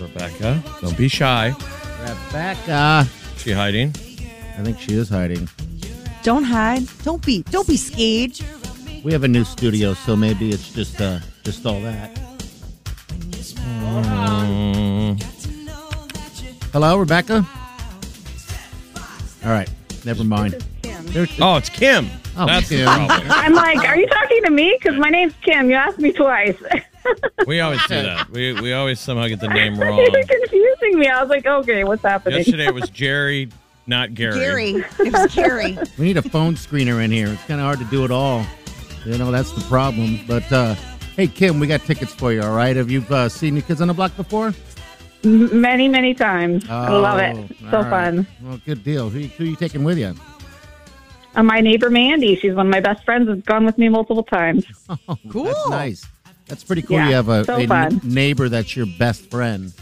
D: Rebecca, don't be shy.
C: Rebecca.
D: Is she hiding?
C: I think she is hiding.
E: Don't hide. Don't be don't be scared.
C: We have a new studio, so maybe it's just uh, just all that. Mm. Hello, Rebecca. All right, never mind. There-
D: Oh, it's Kim.
C: Oh,
D: That's the
C: Kim.
D: problem.
H: I'm like, are you talking to me? Because my name's Kim. You asked me twice.
D: We always do that. We, we always somehow get the name wrong.
H: You're confusing me. I was like, okay, what's happening?
D: Yesterday it was Jerry, not Gary.
E: Gary. It was Gary.
C: We need a phone screener in here. It's kind of hard to do it all. You know, that's the problem. But uh, hey, Kim, we got tickets for you, all right? Have you uh, seen New Kids on the Block before?
H: M- Many, many times. I love it.
C: Oh,
H: So
C: all right.
H: fun.
C: Well, good deal. Who, who you taking with you?
H: And Uh, my neighbor Mandy, she's one of my best friends, has gone with me multiple times.
C: Oh, That's
E: Cool.
C: nice. That's pretty cool.
H: Yeah,
C: you have a,
H: so
C: a n-
H: fun.
C: neighbor that's your best friend.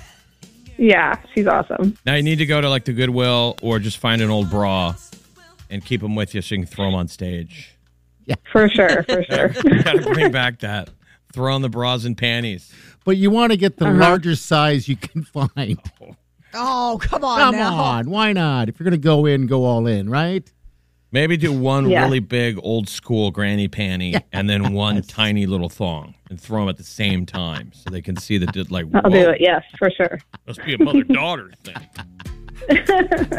H: Yeah, she's awesome.
D: Now you need to go to like the Goodwill or just find an old bra and keep them with you so you can throw them on stage.
H: For sure, for sure.
D: You got to bring back that. Throw on the bras and panties.
C: But you want to get the
H: Uh-huh.
C: largest size you can find.
E: Oh, come on
C: Come
E: now.
C: on. Why not? If you're going to go in, go all in, right?
D: Maybe do one
H: Yeah.
D: really big old school granny panty and then one tiny little thong and throw them at the same time so they can see that did like
H: I'll
D: whoa,
H: do it. Yes, for sure.
D: must be a mother daughter thing.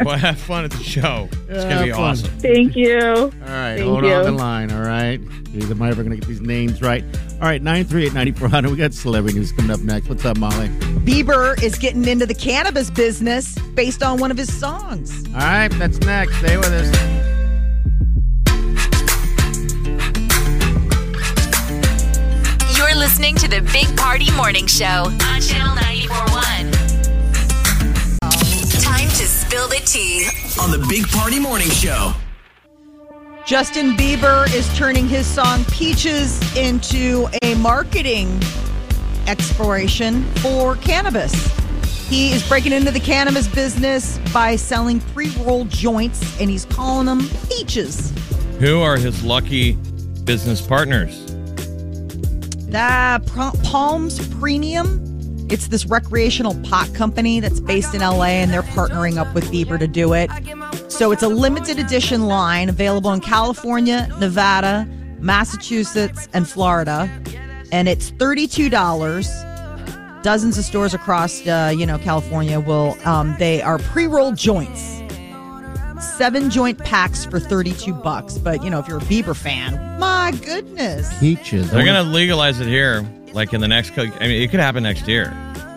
D: well, have fun at the show. It's
C: Yeah,
D: gonna be
C: fun.
D: awesome.
H: Thank you.
C: All right,
H: Thank
C: hold
H: you.
C: on the line, all right? Jeez, am I ever going to get these names right? All right, 938-9400. We got celebrity news coming up next. What's up, Molly?
E: Bieber is getting into the cannabis business based on one of his songs.
C: All right, that's next. Stay with us.
B: You're listening to the Big Party Morning Show on Channel 941. Time to spill the tea.
F: on the Big Party Morning Show.
E: Justin Bieber is turning his song Peaches into a marketing exploration for cannabis. He is breaking into the cannabis business by selling pre rolled joints and he's calling them peaches.
D: Who are his lucky business partners?
E: The Pro- Palms Premium. It's this recreational pot company that's based in LA, and they're partnering up with Bieber to do it. So it's a limited edition line available in California, Nevada, Massachusetts, and Florida, and it's thirty-two dollars. Dozens of stores across, uh, you know, California will. Um, they are pre-rolled joints, seven joint packs for thirty-two bucks. But you know, if you're a Bieber fan, my goodness.
C: Peaches,
D: They're gonna legalize it here, like in the next. co- I mean, it could happen next year.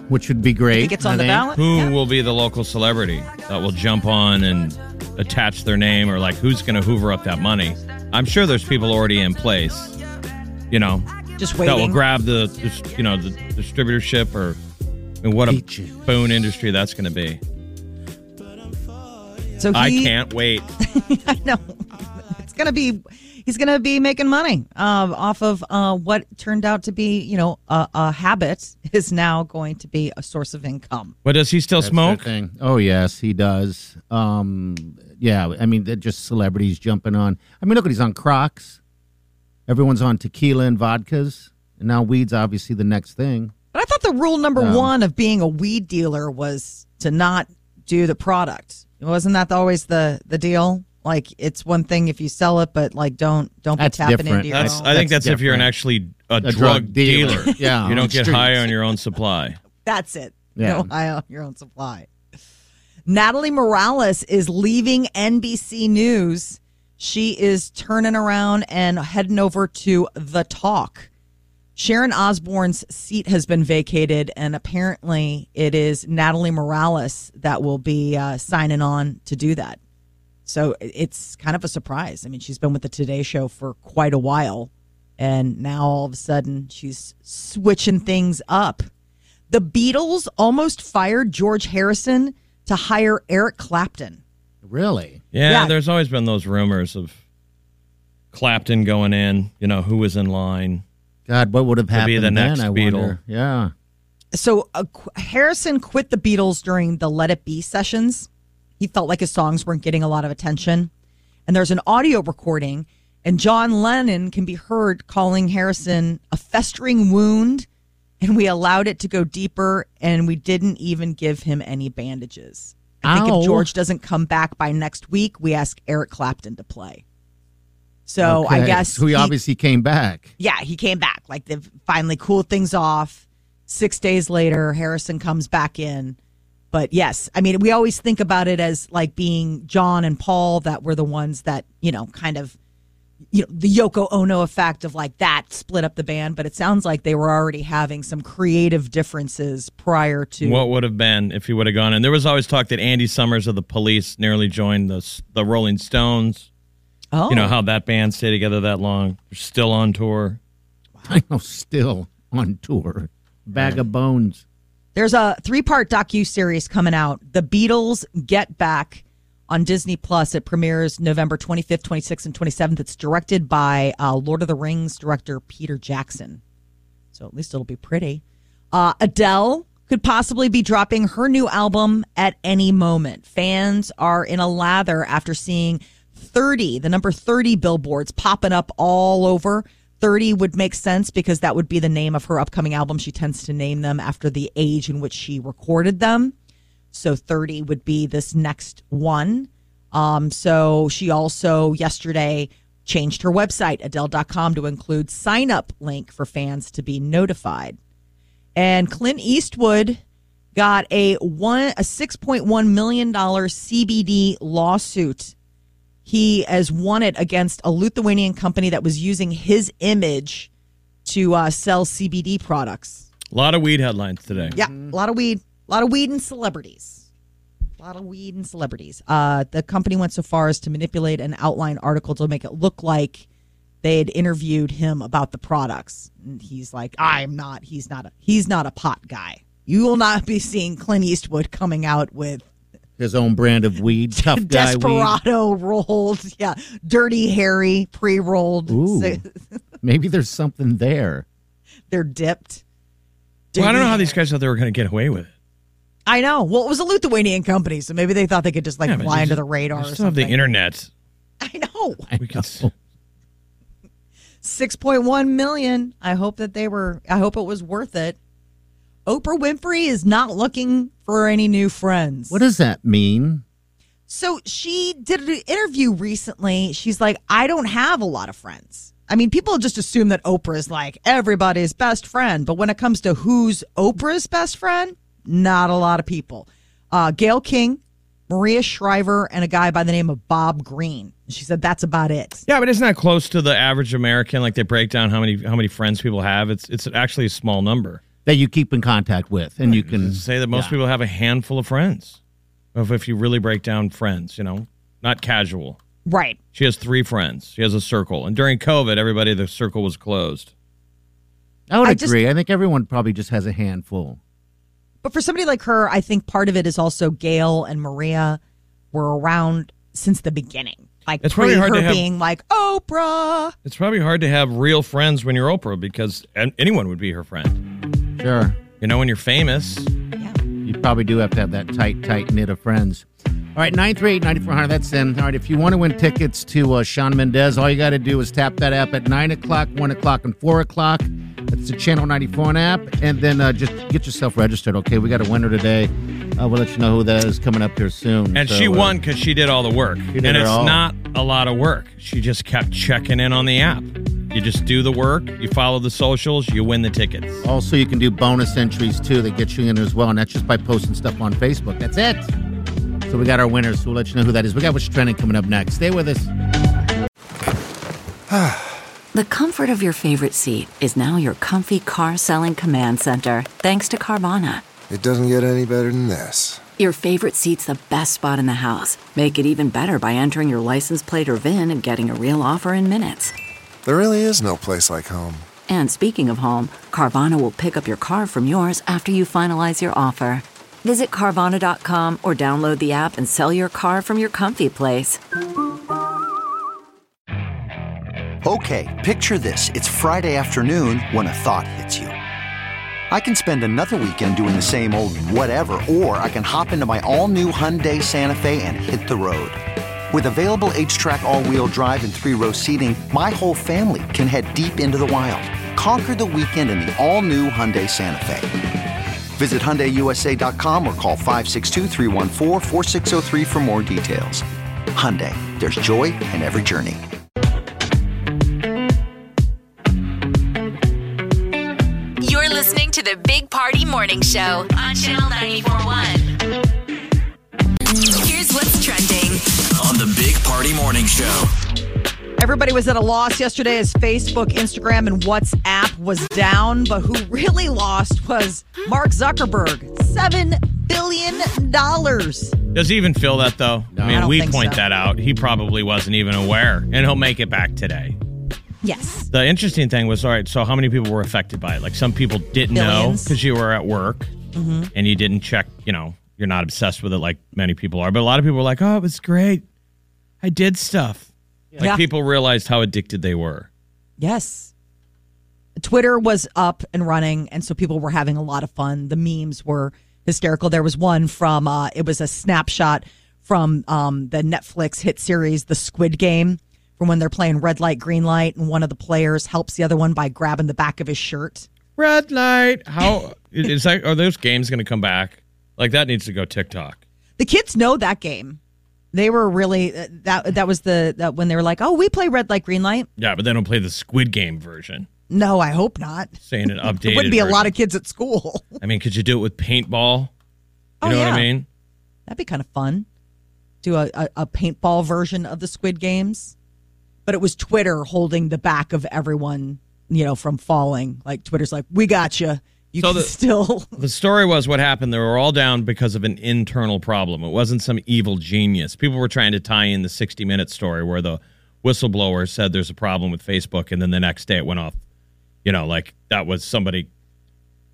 C: which would be great.
E: If it gets on
C: I
E: the
C: think.
E: ballot.
D: Who
E: yeah.
D: will be the local celebrity that will jump on and attach their name, or like who's gonna hoover up that money? I'm sure there's people already in place. You know,
E: just
D: that will
E: waiting.
D: grab the, dis- you know the distributorship or. And what a
C: Peaches.
D: boon industry that's going to be.
E: so he,
D: I can't wait.
E: I know. It's gonna be. He's gonna be making money um, off of uh, what turned out to be, you know, a, a habit is now going to be a source of income.
D: But does he still
C: That's
D: smoke?
C: their Thing. Oh yes, he does. Um, yeah, I mean, they're just celebrities jumping on. I mean, look at he's on Crocs. Everyone's on tequila and vodkas, and now weed's obviously the next thing.
E: But I thought the rule number
C: No.
E: one of being a weed dealer was to not do the product. Wasn't that always the the deal? Like it's one thing if you sell it, but like don't don't
C: That's
E: be tapping
C: different.
E: into your
D: That's,
E: own.
D: I think that's
C: That's
D: if you're an
C: different.
D: actually a, drug,
C: drug
D: dealer.
C: dealer. Yeah,
D: you
C: on
D: don't
C: the
D: get high
C: streets.
D: on your own supply.
E: That's it.
C: Yeah.
E: Yeah. Ohio, your own supply. Natalie Morales is leaving NBC News. She is turning around and heading over to The Talk. Sharon Osbourne's seat has been vacated, and apparently it is Natalie Morales that will be uh, signing on to do that. So it- it's kind of a surprise. I mean, she's been with the Today Show for quite a while, and now all of a sudden she's switching things up. The Beatles almost fired George Harrison to hire Eric Clapton.
C: Really?
D: Yeah,
E: Yeah.
D: there's always been those rumors of Clapton going in, you know, who was in line.
C: God, what would have
D: Could
C: happened
D: be the
C: then?
D: next
C: I
D: Beatle.
C: wonder. Yeah.
E: So uh, Qu- Harrison quit the Beatles during the Let It Be sessions. He felt like his songs weren't getting a lot of attention. And there's an audio recording, and John Lennon can be heard calling Harrison a festering wound. And we allowed it to go deeper, and we didn't even give him any bandages. I think
C: Ow.
E: if George doesn't come back by next week, we ask Eric Clapton to play. So I
C: Okay.
E: guess
C: so he,
E: he-
C: obviously came back.
E: yeah, he came back. Like they've finally cooled things off. Six days later, Harrison comes back in. But yes, I mean, we always think about it as like being John and Paul that were the ones that, you know, kind of, you know, the Yoko Ono effect of like that split up the band. But it sounds like they were already having some creative differences prior to.
D: What would have been if he would have gone in? There was always talk that Andy Summers of the Police nearly joined the S- the Rolling Stones.
E: oh,
D: You know how that band stayed together that long. They're still on tour.
C: I know, still on tour. Bag of bones.
E: There's a three part docu series coming out, The Beatles Get Back, on Disney Plus. It premieres November 25th, 26th, and 27th. It's directed by uh, Lord of the Rings director Peter Jackson. So at least it'll be pretty. Uh, Adele could possibly be dropping her new album at any moment. Fans are in a lather after seeing 30, the number 30 billboards popping up all over. 30 would make sense because that would be the name of her upcoming album. She tends to name them after the age in which she recorded them. So 30 would be this next one. Um, so she also yesterday changed her website, Adele.com, to include sign up link for fans to be notified. And Clint Eastwood got a one a six point one million dollar CBD lawsuit. He has won it against a Lithuanian company that was using his image to uh, sell CBD products.
D: A lot of weed headlines today.
E: Yeah, a lot of weed, a lot of weed and celebrities. A lot of weed and celebrities. Uh, the company went so far as to manipulate an outline article to make it look like they had interviewed him about the products. And he's like, "I'm not. He's not a. He's not a pot guy. You will not be seeing Clint Eastwood coming out with
C: His own brand of weed, tough guy weed.
E: desperado rolled, yeah, dirty Harry pre rolled.
C: Ooh. Maybe there's something there.
E: they're dipped.
D: Well, I don't know how these guys thought they were going to get away with it.
E: I know. Well, it was a Lithuanian company, so maybe they thought they could just like
D: Yeah, but
E: fly
D: they
E: under
D: just-
E: the radar.
D: They
E: Or
D: still
E: something.
D: have the internet.
E: I know.
D: We could s-
E: Six point one million. I hope that they were. I hope it was worth it. Oprah Winfrey is not looking for any new friends.
C: What does that mean?
E: So she did an interview recently. She's like, I don't have a lot of friends. I mean, people just assume that Oprah is like everybody's best friend. But when it comes to who's Oprah's best friend, not a lot of people. Uh, Gail King, Maria Shriver, and a guy by the name of Bob Green. She said that's about it.
D: Yeah, but isn't that close to the average American? Like they break down how many how many friends people have. It's it's actually a small number.
C: That you keep in contact with, and you can
D: Say that most
C: Yeah.
D: people have a handful of friends. Of if you really break down friends, you know, not casual.
E: Right.
D: She has three friends. She has a circle, and during COVID, everybody the circle was closed.
C: I would
E: I just-
C: agree. I think everyone probably just has a handful.
E: But for somebody like her, I think part of it is also Gail and Maria were around since the beginning. Like
D: It's
E: pre
D: really hard
E: her
D: to have-
E: being like Oprah.
D: It's probably hard to have real friends when you're Oprah because an- anyone would be her friend.
C: Sure.
D: You know, when you're famous,
C: You probably do have to have that tight, tight knit of friends. All right, 938 9400, that's in. All right, if you want to win tickets to uh, Sean Mendez, all you got to do is tap that app at 9 o'clock, 1 o'clock, and 4 o'clock. That's the Channel 94 app. And then uh, just get yourself registered, okay? We got a winner today. Uh, we'll let you know who that is coming up here soon.
D: and
C: So,
D: she
C: uh,
D: won because she did all the work.
C: did
D: and
C: it
D: it's
C: all.
D: not a lot of work. She just kept checking in on the app. You just do the work, you follow the socials, you win the tickets.
C: Also, you can do bonus entries too that get you in as well, and that's just by posting stuff on Facebook. That's it. So we got our winners. So we'll let you know who that is. We got what's trending coming up next. Stay with us.
I: The comfort of your favorite seat is now your comfy car selling command center, thanks to Carvana.
J: It doesn't get any better than this.
I: Your favorite seat's the best spot in the house. Make it even better by entering your license plate or VIN and getting a real offer in minutes.
J: There really is no place like home.
I: And speaking of home, Carvana will pick up your car from yours after you finalize your offer. Visit Carvana.com or download the app and sell your car from your comfy place.
F: Okay, picture this. It's Friday afternoon when a thought hits you. I can spend another weekend doing the same old whatever, or I can hop into my all new Hyundai Santa Fe and hit the road. With available H track, all wheel drive, and three row seating, my whole family can head deep into the wild. Conquer the weekend in the all new Hyundai Santa Fe. Visit HyundaiUSA.com or call 562-314-4603 for more details. Hyundai, there's joy in every journey.
B: You're listening to the Big Party Morning Show on Channel 941. Here's what's trending.
F: on the Big Party Morning Show.
E: Everybody was at a loss yesterday as Facebook, Instagram, and WhatsApp was down. But who really lost was Mark Zuckerberg. $7 billion.
D: Does he even feel that though? I mean,
E: I don't
D: we
E: think
D: point
E: so.
D: that out. He probably wasn't even aware, and he'll make it back today.
E: Yes.
D: The interesting thing was, all right, so how many people were affected by it? Like some people didn't know
E: Millions.
D: because you were at work.
E: Mhm.
D: and you didn't check, you know, you're not obsessed with it like many people are. But a lot of people were like, oh, it was great. I did stuff. Like
E: Yeah.
D: people realized how addicted they were.
E: Yes. Twitter was up and running, and so people were having a lot of fun. The memes were hysterical. There was one from uh, it was a snapshot from um, the Netflix hit series The Squid Game, from when they're playing red light, green light, and one of the players helps the other one by grabbing the back of his shirt.
D: Red light. How is that? Are those games going to come back? Like that needs to go TikTok.
E: The kids know that game. They were really uh, that that was the that when they were like, oh, we play red light, green light.
D: Yeah, but they don't play the Squid Game version.
E: No, I hope not.
D: Saying an updated.
E: It wouldn't be a lot
D: version.
E: of kids at school.
D: I mean, could you do it with paintball? You
E: Oh,
D: know
E: yeah.
D: what I mean?
E: That'd be kind of fun. Do a, a, a paintball version of the Squid Games. But it was Twitter holding the back of everyone, you know, from falling. Like Twitter's like, we got you. You
D: So
E: can
D: the-
E: still.
D: The story was what happened. They were all down because of an internal problem. It wasn't some evil genius. People were trying to tie in the 60 minute story where the whistleblower said there's a problem with Facebook, and then the next day it went off. You know, like that was somebody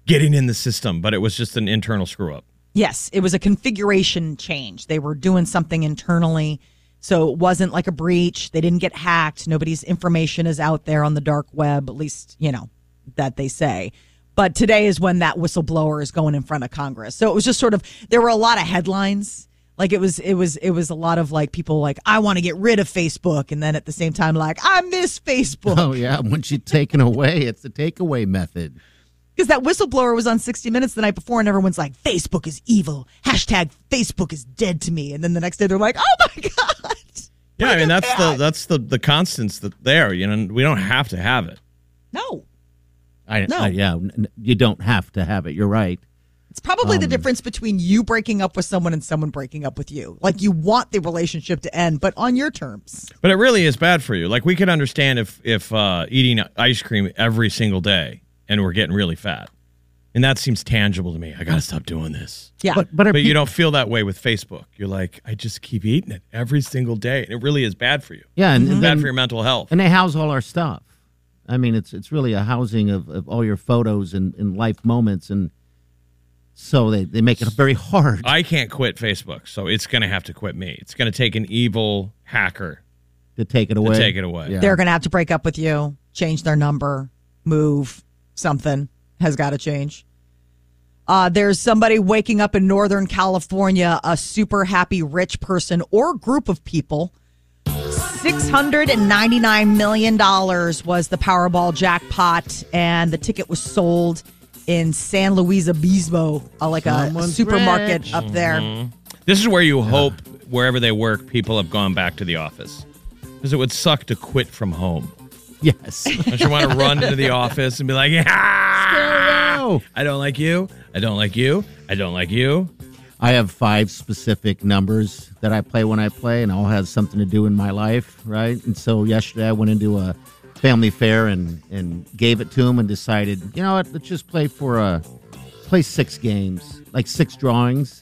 D: getting in the system, but it was just an internal screw up.
E: Yes, it was a configuration change. They were doing something internally. So it wasn't like a breach. They didn't get hacked. Nobody's information is out there on the dark web, at least, you know, that they say. But today is when that whistleblower is going in front of Congress. So it was just sort of there were a lot of headlines. Like it was it was it was a lot of like people like I want to get rid of Facebook and then at the same time like I miss Facebook.
C: Oh yeah, once you take it away, it's the takeaway method.
E: Because that whistleblower was on 60 Minutes the night before, and everyone's like, Facebook is evil. Hashtag Facebook is dead to me. And then the next day they're like, oh my God.
D: Yeah, I mean that's the that's the the constants that there. You know, we don't have to have it.
E: No.
C: I,
E: No.
C: I- yeah, n- n- you don't have to have it. You're right.
E: It's probably the
C: Um,
E: difference between you breaking up with someone and someone breaking up with you. Like you want the relationship to end, but on your terms.
D: But it really is bad for you. Like we could understand if if uh, eating ice cream every single day and we're getting really fat, and that seems tangible to me. I gotta stop doing this.
E: Yeah.
C: But but,
D: But,
C: are
D: you
C: peop-
D: don't feel that way with Facebook. You're like, I just keep eating it every single day, and it really is bad for you.
C: yeah, and, and
D: Bad
C: then,
D: for your mental health.
C: and they house all our stuff. I mean, it's it's really a housing of, of all your photos and, and life moments, and so they, they make it very hard.
D: I can't quit Facebook, so it's gonna have to quit me. It's gonna take an evil hacker.
C: to take it away.
D: take it away.
C: Yeah.
E: They're going to have to break up with you, change their number, move, something has got to change. Uh, there's somebody waking up in Northern California, a super happy rich person or group of people. $699 million was the Powerball jackpot, and the ticket was sold in San Luis Obispo, uh, like a, a
C: Someone's
E: supermarket
C: rich.
E: up there.
D: This is where you hope wherever they work, people have gone back to the office because it would suck to quit from home.
C: Yes.
D: Don't you want to run into the office and be like, "Ah,
C: Stereo.
D: I don't like you. I don't like you. I don't like you.
C: I have five specific numbers that I play when I play, and all has something to do in my life, right? And so yesterday I went into a family fair and and gave it to him and decided, you know what, let's just play for a play six games, like six drawings.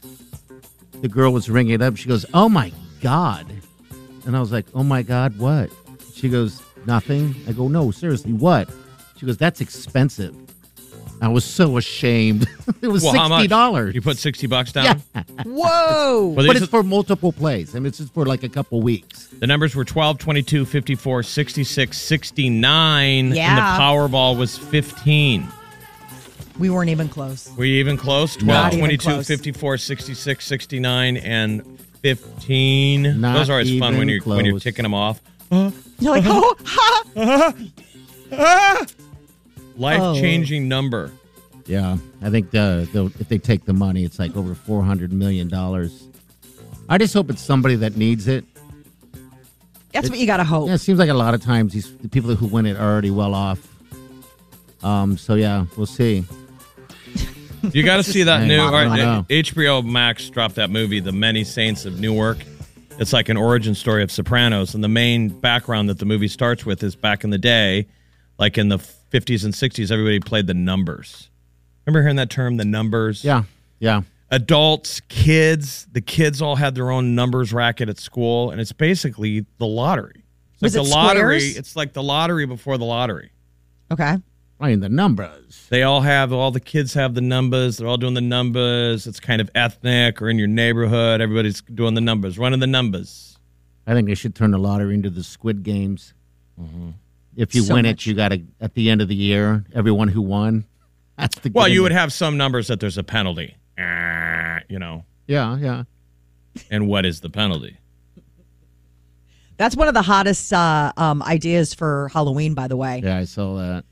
C: The girl was ringing it up. She goes, "Oh my god," and I was like, "Oh my god, what?" She goes, "Nothing." I go, "No, seriously, what?" She goes, "That's expensive." I was so ashamed. it was
D: Well, how
C: sixty
D: much?
C: dollars.
D: You put sixty bucks
C: Yeah.
D: down.
E: Whoa!
D: Well,
C: But
D: these-
C: it's for multiple plays. I mean, it's just for like a couple weeks.
D: the numbers were 12, 22, 54, 66, 69.
E: Yeah.
D: And the Powerball was 15.
E: We weren't even close.
D: Were you even close? 12,
E: Not even
D: 22,
E: close.
D: 54, 66, 69, and 15.
C: Not
D: Those are always fun when
C: even
D: you're, when you're
C: close.
D: ticking them off.
E: You're like, oh, ha!
D: Life changing number.
C: Yeah, I think the, the if they take the money, it's like over four hundred million dollars. I just hope it's somebody that needs it.
E: That's what you got to hope.
C: Yeah, it seems like a lot of times these the people who win it are already well off. Um. So yeah, we'll see.
D: You got to see that
C: Dang,
D: new
C: I don't
D: or-
C: know.
D: HBO Max dropped that movie, The Many Saints of Newark. It's like an origin story of Sopranos, and the main background that the movie starts with is back in the day, like in the 50s and 60s, everybody played the numbers. Remember hearing that term, the numbers?
C: Yeah. Yeah.
D: Adults, kids, the kids all had their own numbers racket at school, and it's basically the lottery. It's
E: Was
D: like
E: it
D: the lottery.
E: squares?
D: It's like the lottery before the lottery.
E: Okay.
C: playing the numbers.
D: They all have all the kids have the numbers. They're all doing the numbers. It's kind of ethnic or in your neighborhood. Everybody's doing the numbers, running the numbers.
C: I think they should turn the lottery into the Squid Games. If you
D: Mm-hmm. So
C: win
D: much.
C: it, you got to at the end of the year. Everyone who won, that's the.
D: Well,
C: game.
D: you would have some numbers that there's a penalty. Ah, You know,
C: Yeah, yeah.
D: and what is the penalty?
E: That's one of the hottest uh, um, ideas for Halloween, by the way.
C: Yeah, I saw that.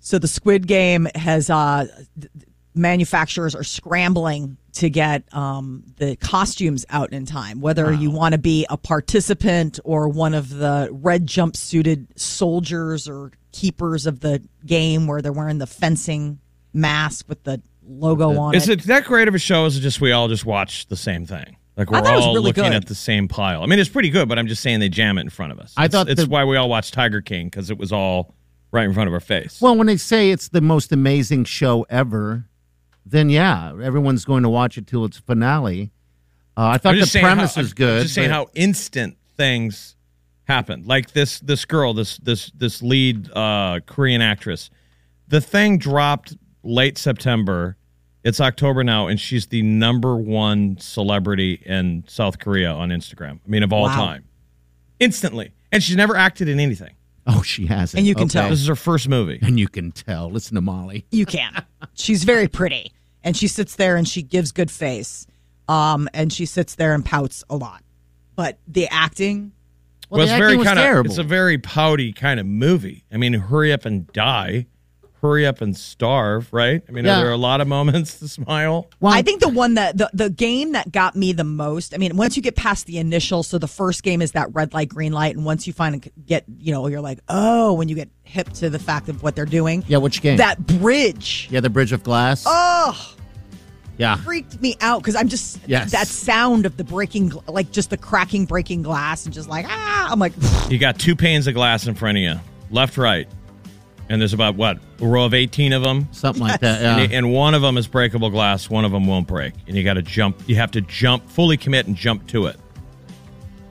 E: So the Squid Game has uh, th- th- manufacturers are scrambling to get um, the costumes out in time. Whether you want to be a participant or one of the red jumpsuited soldiers or keepers of the game, where they're wearing the fencing mask with the logo on
D: Is
E: it.
D: it that great of a show? Is it just we all just watch the same thing? Like
E: I
D: we're
E: thought it was
D: all
E: really
D: looking
E: good.
D: at the same pile. I mean, it's pretty good, but I'm just saying they jam it in front of us.
C: I
D: It's-
C: thought
D: it's
C: the-
D: why we all watched Tiger King because it was all right in front of our face.
C: Well, when they say it's the most amazing show ever, then yeah, everyone's going to watch it till its finale. Uh, I thought
D: I'm just
C: the
D: saying how-
C: premise
D: I'm
C: is good.
D: Just saying
C: but-
D: how instant things happen. Like this this girl, this this this lead uh, Korean actress. The thing dropped late September. It's October now, and she's the number one celebrity in South Korea on Instagram. I mean, of all
E: Wow.
D: time, instantly. And she's never acted in anything.
C: oh, she has it.
E: And you can
C: Okay.
E: tell.
D: This is her first movie.
C: And you can tell. Listen to Molly.
E: You can. She's very pretty, and she sits there and she gives good face, um, and she sits there and pouts a lot. But the acting,
C: Well, the acting was
D: kind of
C: terrible.
D: it's a very pouty kind of movie. I mean, hurry up and die, hurry up and starve, right? I mean,
C: Yeah.
D: are there a lot of moments to smile?
C: Well,
E: I think the one that the, the game that got me the most. I mean, once you get past the initial, so the first game is that red light, green light, and once you find get you know you're like oh when you get hip to the fact of what they're doing.
C: Yeah, which game?
E: That bridge.
C: yeah, the Bridge of Glass.
E: Oh,
C: yeah.
E: freaked me out because I'm just
C: Yes.
E: that sound of the breaking, gl- like just the cracking, breaking glass, and just like ah, I'm like
D: You got two panes of glass in front of you, left, right, and there's about what a row of eighteen of them,
C: Something like that. Yeah.
D: and, and one of them is breakable glass, one of them won't break, and you got to jump. You have to jump, fully commit, and jump to it.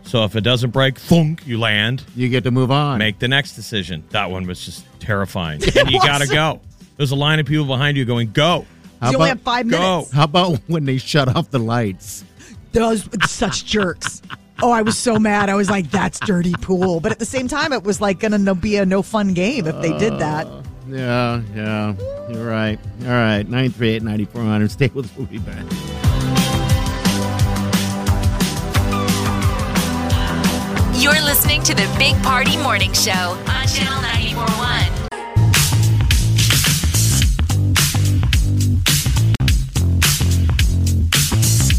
D: So if it doesn't break, thunk, you land.
C: you get to move on.
D: make the next decision. That one was just terrifying. And you got to go. There's a line of people behind you going, go.
C: How
E: you only
C: about-
E: have five
D: go.
E: minutes.
C: How about when they shut off the lights?
E: those such jerks. Oh, I was so mad. I was like, that's dirty pool. But at the same time, it was like going to no, be a no fun game if they did that.
C: Yeah, yeah. You're right. All right. 938 9400. Stay with us. We'll be back.
B: You're listening to the Big Party Morning Show on Channel 941.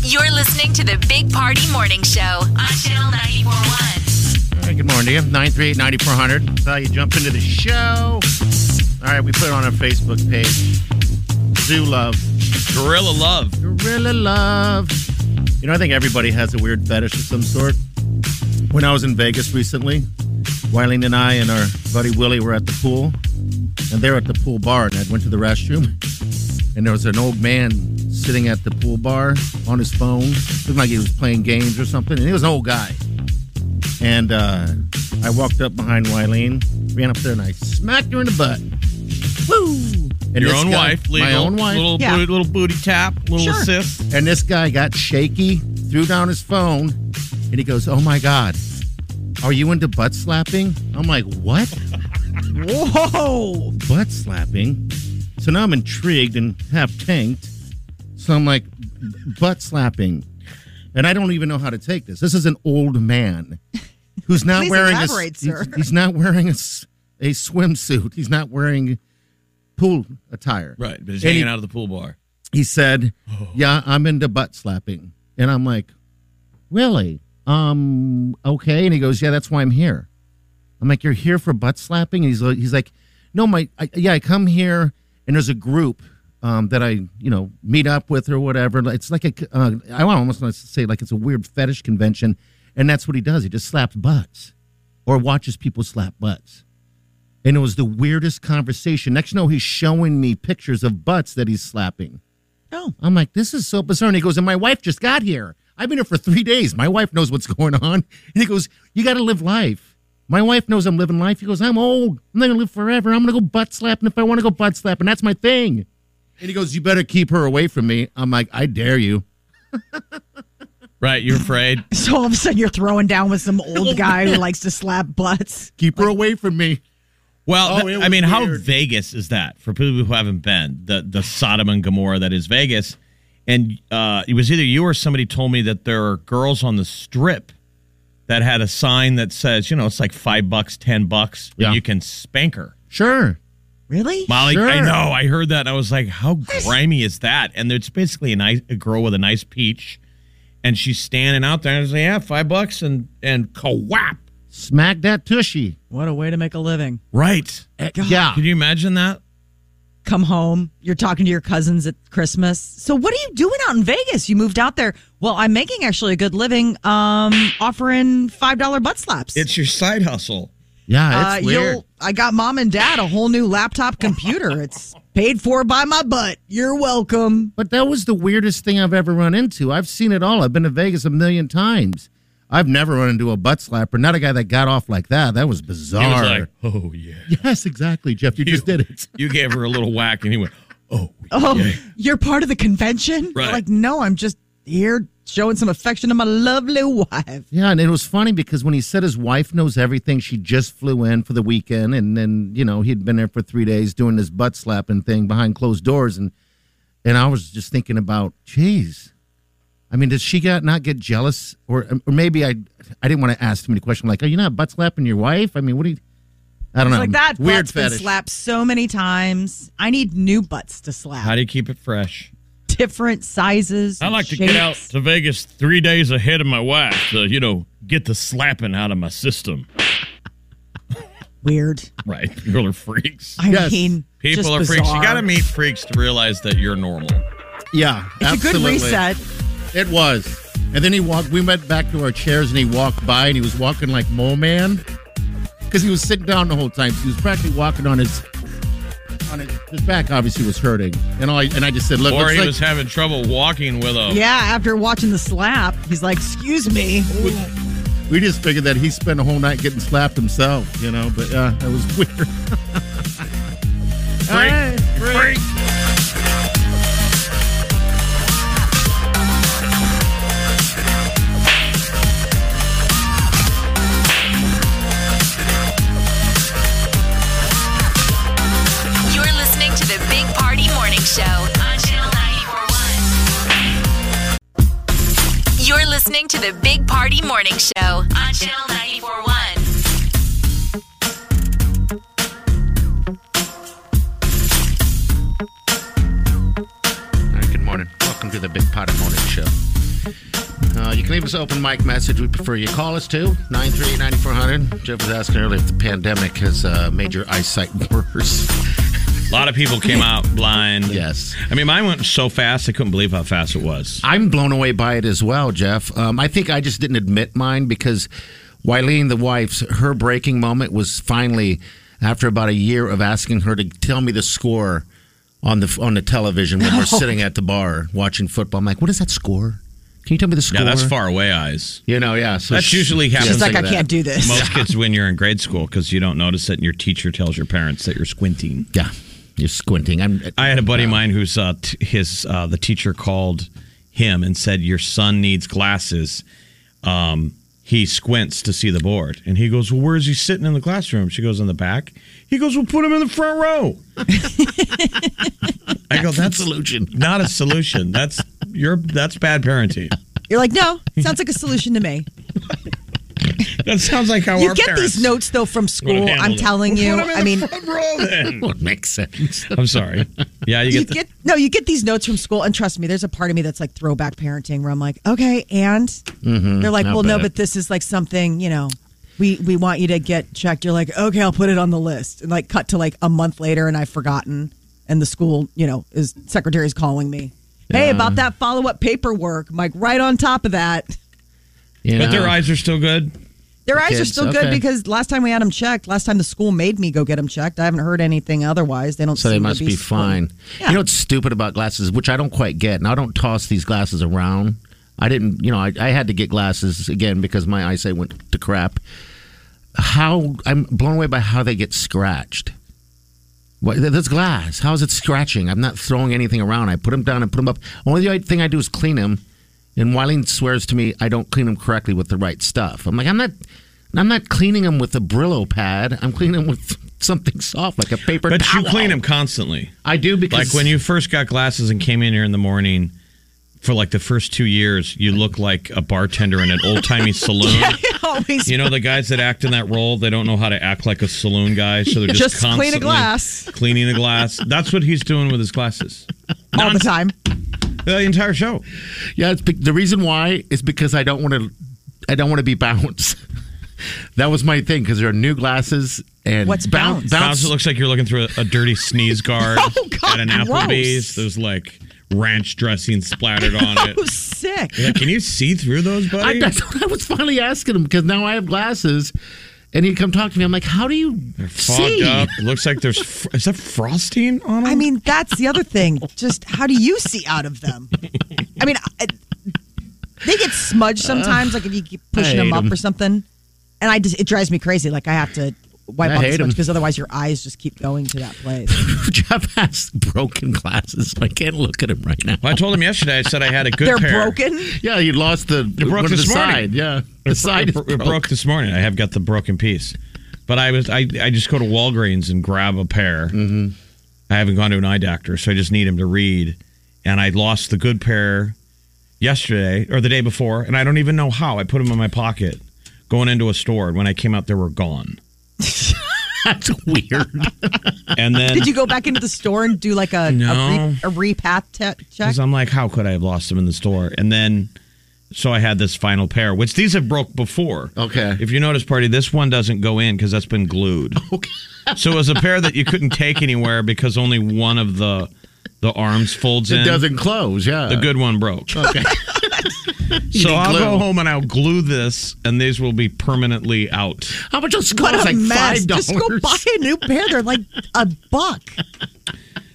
B: You're listening to the Big Party Morning Show on Channel 941.
C: All right. Good morning to you. 938 9400. That's how you jump into the show. All right. We put it on our Facebook page. Zoo Love.
D: Gorilla love.
C: Gorilla love. You know, I think everybody has a weird fetish of some sort. When I was in Vegas recently, Wyling and I and our buddy Willie were at the pool, and they were at the pool bar, and I went to the restroom, and there was an old man sitting at the pool bar on his phone, looked like he was playing games or something, and he was an old guy. And uh, I walked up behind Wyleen, ran up there, and I smacked her in the butt. Woo! And
D: Your
C: this
D: own
C: guy-
D: wife, legal.
C: my own wife,
D: Little,
E: Yeah.
D: booty, little booty tap, little
E: Sure.
D: assist.
C: and this guy got shaky, threw down his phone, and he goes, Oh my God, are you into butt slapping? I'm like, What?
E: Whoa.
C: butt slapping? So now I'm intrigued and half tanked. So I'm like, Butt slapping. And I don't even know how to take this. This is an old man who's not
E: Please
C: wearing a,
E: elaborate,
C: he's,
E: sir.
C: he's not wearing a, s- a swimsuit. He's not wearing pool attire.
D: Right. But he's
C: And he-
D: hanging out of the pool bar.
C: he said, "Yeah, I'm into butt slapping," and I'm like, "Really? Um, okay." And he goes, "Yeah, that's why I'm here." I'm like, "You're here for butt slapping?" And he's like, "He's like, no, my, I, yeah, I come here, and there's a group um, that I, you know, meet up with or whatever. It's like a, uh, I almost want to say like it's a weird fetish convention, and that's what he does. He just slaps butts, or watches people slap butts." And it was the weirdest conversation. Next, you know, he's showing me pictures of butts that he's slapping.
E: Oh.
C: I'm like, this is so bizarre. And he goes, and my wife just got here. I've been here for three days. My wife knows what's going on. And he goes, you got to live life. My wife knows I'm living life. He goes, I'm old. I'm not going to live forever. I'm going to go butt slapping if I want to go butt slapping. That's my thing. And he goes, You better keep her away from me. I'm like, I dare you.
D: Right, you're afraid.
E: So all of a sudden you're throwing down with some old guy who likes to slap butts.
C: Keep her away from me.
D: Well,
C: Oh,
D: th-
C: it
D: I
C: was
D: mean, how
C: weird.
D: Vegas is that for people who haven't been? The the Sodom and Gomorrah that is Vegas, and uh, it was either you or somebody told me that there are girls on the strip that had a sign that says, you know, it's like five bucks, ten bucks, and
C: Yeah.
D: you can spank her.
C: Sure.
E: Really?
D: Molly, I
C: Sure.
D: know, I heard that, and I was like, how grimy is that? And it's basically a nice a girl with a nice peach, and she's standing out there, and I was like, yeah, five bucks, and and co-whap.
C: Smack that tushy.
E: What a way to make a living.
D: Right?
C: Eh, Yeah.
D: Can you imagine that?
E: Come home. You're talking to your cousins at Christmas. So what are you doing out in Vegas? You moved out there. Well, I'm making actually a good living um offering $5 butt slaps.
D: It's your side hustle.
C: Yeah, it's weird.
E: Uh, I got mom and dad a whole new laptop computer. It's paid for by my butt. You're welcome.
C: But that was the weirdest thing I've ever run into. I've seen it all. I've been to Vegas a million times. I've never run into a butt slapper, not a guy that got off like that. That was bizarre.
D: He was like, oh yeah.
C: yes, exactly, Jeff. You, just did it.
D: You gave her a little whack, and he went, oh,
E: Oh,
D: yeah.
E: you're part of the convention?
D: Right.
E: Like, no, I'm just here showing some affection to my lovely wife.
C: Yeah, and it was funny because when he said his wife knows everything, she just flew in for the weekend, and then you know he'd been there for three days doing this butt slapping thing behind closed doors, and and I was just thinking about, geez, I mean, does she got not get jealous, or um, or maybe I I didn't want to ask too many questions like, are you not butt slapping your wife? I mean, what do you?
D: Hmm.
C: I don't
E: It's
C: know.
E: like that
C: weird
E: butt's been
C: fetish.
E: slapped so many times. I need new butts to slap.
D: How do you keep it fresh?
E: Different sizes.
D: I
E: and
D: like to get out
E: shapes.
D: to Vegas three days ahead of my wife to, you know, get the slapping out of my system.
E: Weird.
D: Right. People are freaks.
E: I
C: Yes.
E: mean,
D: People
E: just
D: are freaks. You
E: bizarre.
D: got to meet freaks to realize that you're normal.
C: Yeah,
E: It's
C: absolutely.
E: a good reset.
C: It was. And then he walked, we went back to our chairs and he walked by and he was walking like Mole Man. Because he was sitting down the whole time. So he was practically walking on his on his, his back obviously was hurting. And all I and I just said, look,
D: Or
C: looks
D: he
C: like,
D: was having trouble walking with a.
E: Yeah, after watching the slap, he's like, excuse me.
C: we just figured that he spent a whole night getting slapped himself, you know, but uh that was
D: Freak.
C: weird.
D: Freak.
B: You're listening to the Big Party Morning Show on Channel 941. You're listening to the Big Party Morning Show on Channel 941.
C: All right, good morning. Welcome to the Big Pot of Morning Show. Uh, you can leave us an open mic message. We prefer you call us to 938-9400. Jeff was asking earlier if the pandemic has uh, made your eyesight worse.
D: A lot of people came out blind.
C: Yes.
D: I mean, mine went so fast, I couldn't believe how fast it was.
C: I'm blown away by it as well, Jeff. Um, I think I just didn't admit mine because Wileen, the wife's, her breaking moment was finally after about a year of asking her to tell me the score on the on the television when we're sitting at the bar watching football. I'm like, what is that score? Can you tell me the score?
D: Yeah, that's far away eyes.
C: You know, yeah. So
D: That's usually happens.
E: She's
D: Don't
E: like, I
C: that.
E: can't do this.
D: Most kids when you're in grade school because you don't notice it, and your teacher tells your parents that you're squinting.
C: Yeah, you're squinting. I'm.
D: I had a buddy of mine who's uh, t- his uh, the teacher called him and said your son needs glasses. Um, he squints to see the board, and he goes, "Well, where is he sitting in the classroom?" She goes, "In the back." He goes, "Well, put him in the front row." I go, "That's
C: solution.
D: not a solution. That's your that's bad parenting.
E: You're like, no, sounds like a solution to me.
D: That sounds like how
E: You
D: our
E: get
D: parents
E: these notes though from
D: would've
E: school. I'm
D: handled it.
E: telling
D: Well,
E: you.
D: put him in
E: I
D: the
E: mean,
D: front row then.
C: Well, it makes sense.
D: I'm sorry. Yeah, you get
E: you
D: the,
E: get no, you get these notes from school, and trust me, there's a part of me that's like throwback parenting, where I'm like, okay, and
D: Mm-hmm.
E: they're like,
C: I
E: well, no,
C: bet.
E: but this is like something, you know, we we want you to get checked. You're like, okay, I'll put it on the list, and like cut to like a month later, and I've forgotten, and the school, you know, is secretary's calling me, hey, about that follow up paperwork, Mike, right on top of that.
C: You
D: but their
C: know?
D: eyes are still good.
E: Their eyes are
C: kids,
E: still good
C: okay.
E: because last time we had them checked, last time the school made me go get them checked. I haven't heard anything otherwise. They don't.
C: So they
E: seem to oh,
C: must be fine.
E: Yeah.
C: You know what's stupid about glasses, which I don't quite get, and I don't toss these glasses around. I didn't, you know, I, I had to get glasses again because my eyesight went to crap. how I'm blown away by how they get scratched. What, th- that's glass. How is it scratching? I'm not throwing anything around. I put them down and put them up. Only the thing I do is clean them. And Wileen swears to me I don't clean them correctly with the right stuff. I'm like I'm not. I'm not cleaning them with a Brillo pad. I'm cleaning them with something soft like a paper.
D: But you
C: towel.
D: clean them constantly.
C: I do because
D: Like when you first got glasses and came in here in the morning, for like the first two years, you look like a bartender in an old timey saloon.
E: Always
D: You know the guys that act in that role, they don't know how to act like a saloon guy, so they're just,
E: Just clean a
D: constantly
E: glass.
D: cleaning a glass. That's what he's doing with his glasses.
E: all the time.
D: The entire show.
C: Yeah, it's be- the reason why is because I don't want to. I don't want to be bounced. that was my thing because there are new glasses and
E: What's
C: boun-
E: bounce?
D: Bounce, it looks like you're looking through a, a dirty sneeze guard
E: Oh, God,
D: at an
E: gross.
D: Applebee's. There's like ranch dressing splattered on it.
E: Oh, sick.
D: Yeah, can you see through those,
C: I,
D: buddy?
C: that's what I was finally asking him because now I have glasses, and he'd come talk to me. I'm like, "How do you
D: Fogged
C: see?"
D: up. Looks like there's fr- is that frosting on them?
E: I mean, that's the other thing. Just how do you see out of them? I mean, I, they get smudged sometimes, like if you keep pushing
C: I
E: them
C: hate
E: up
C: 'em.
E: or something. And I just it drives me crazy. Like I have to wipe
C: I
E: off
C: hate
E: as
C: 'em.
E: much because otherwise your eyes just keep going to that place.
C: Jeff has broken glasses, so I can't look at him right now.
D: well, I told him yesterday. I said I had a good
E: They're
D: pair.
E: broken.
C: Yeah, you lost the
D: It broke
C: one of
D: this
C: the
D: morning.
C: side. Yeah, the
D: It,
C: side is
D: bro- it
C: broke.
D: broke this morning. I have got the broken piece, but I was I, I just go to Walgreens and grab a pair. Mm-hmm. I haven't gone to an eye doctor, so I just need him to read. And I lost the good pair yesterday or the day before, and I don't even know how. I put them in my pocket going into a store, and when I came out, they were gone.
C: That's weird.
D: And then
E: Did you go back into the store and do like a
D: No.
E: a, re, a repath te- check?
D: Because I'm like, how could I have lost them in the store? And then, so I had this final pair, which these have broke before.
C: Okay.
D: If you notice, party, this one doesn't go in because that's been glued. Okay. so it was a pair that you couldn't take anywhere because only one of the the arms folds in.
C: it doesn't close. Yeah,
D: The good one broke.
C: Okay.
D: so I'll
C: glue.
D: go home and I'll glue this, and these will be permanently out.
C: How much those
E: what
C: cost?
E: a
C: Like
E: mess!
C: five dollars.
E: Just go buy a new pair. They're like a buck.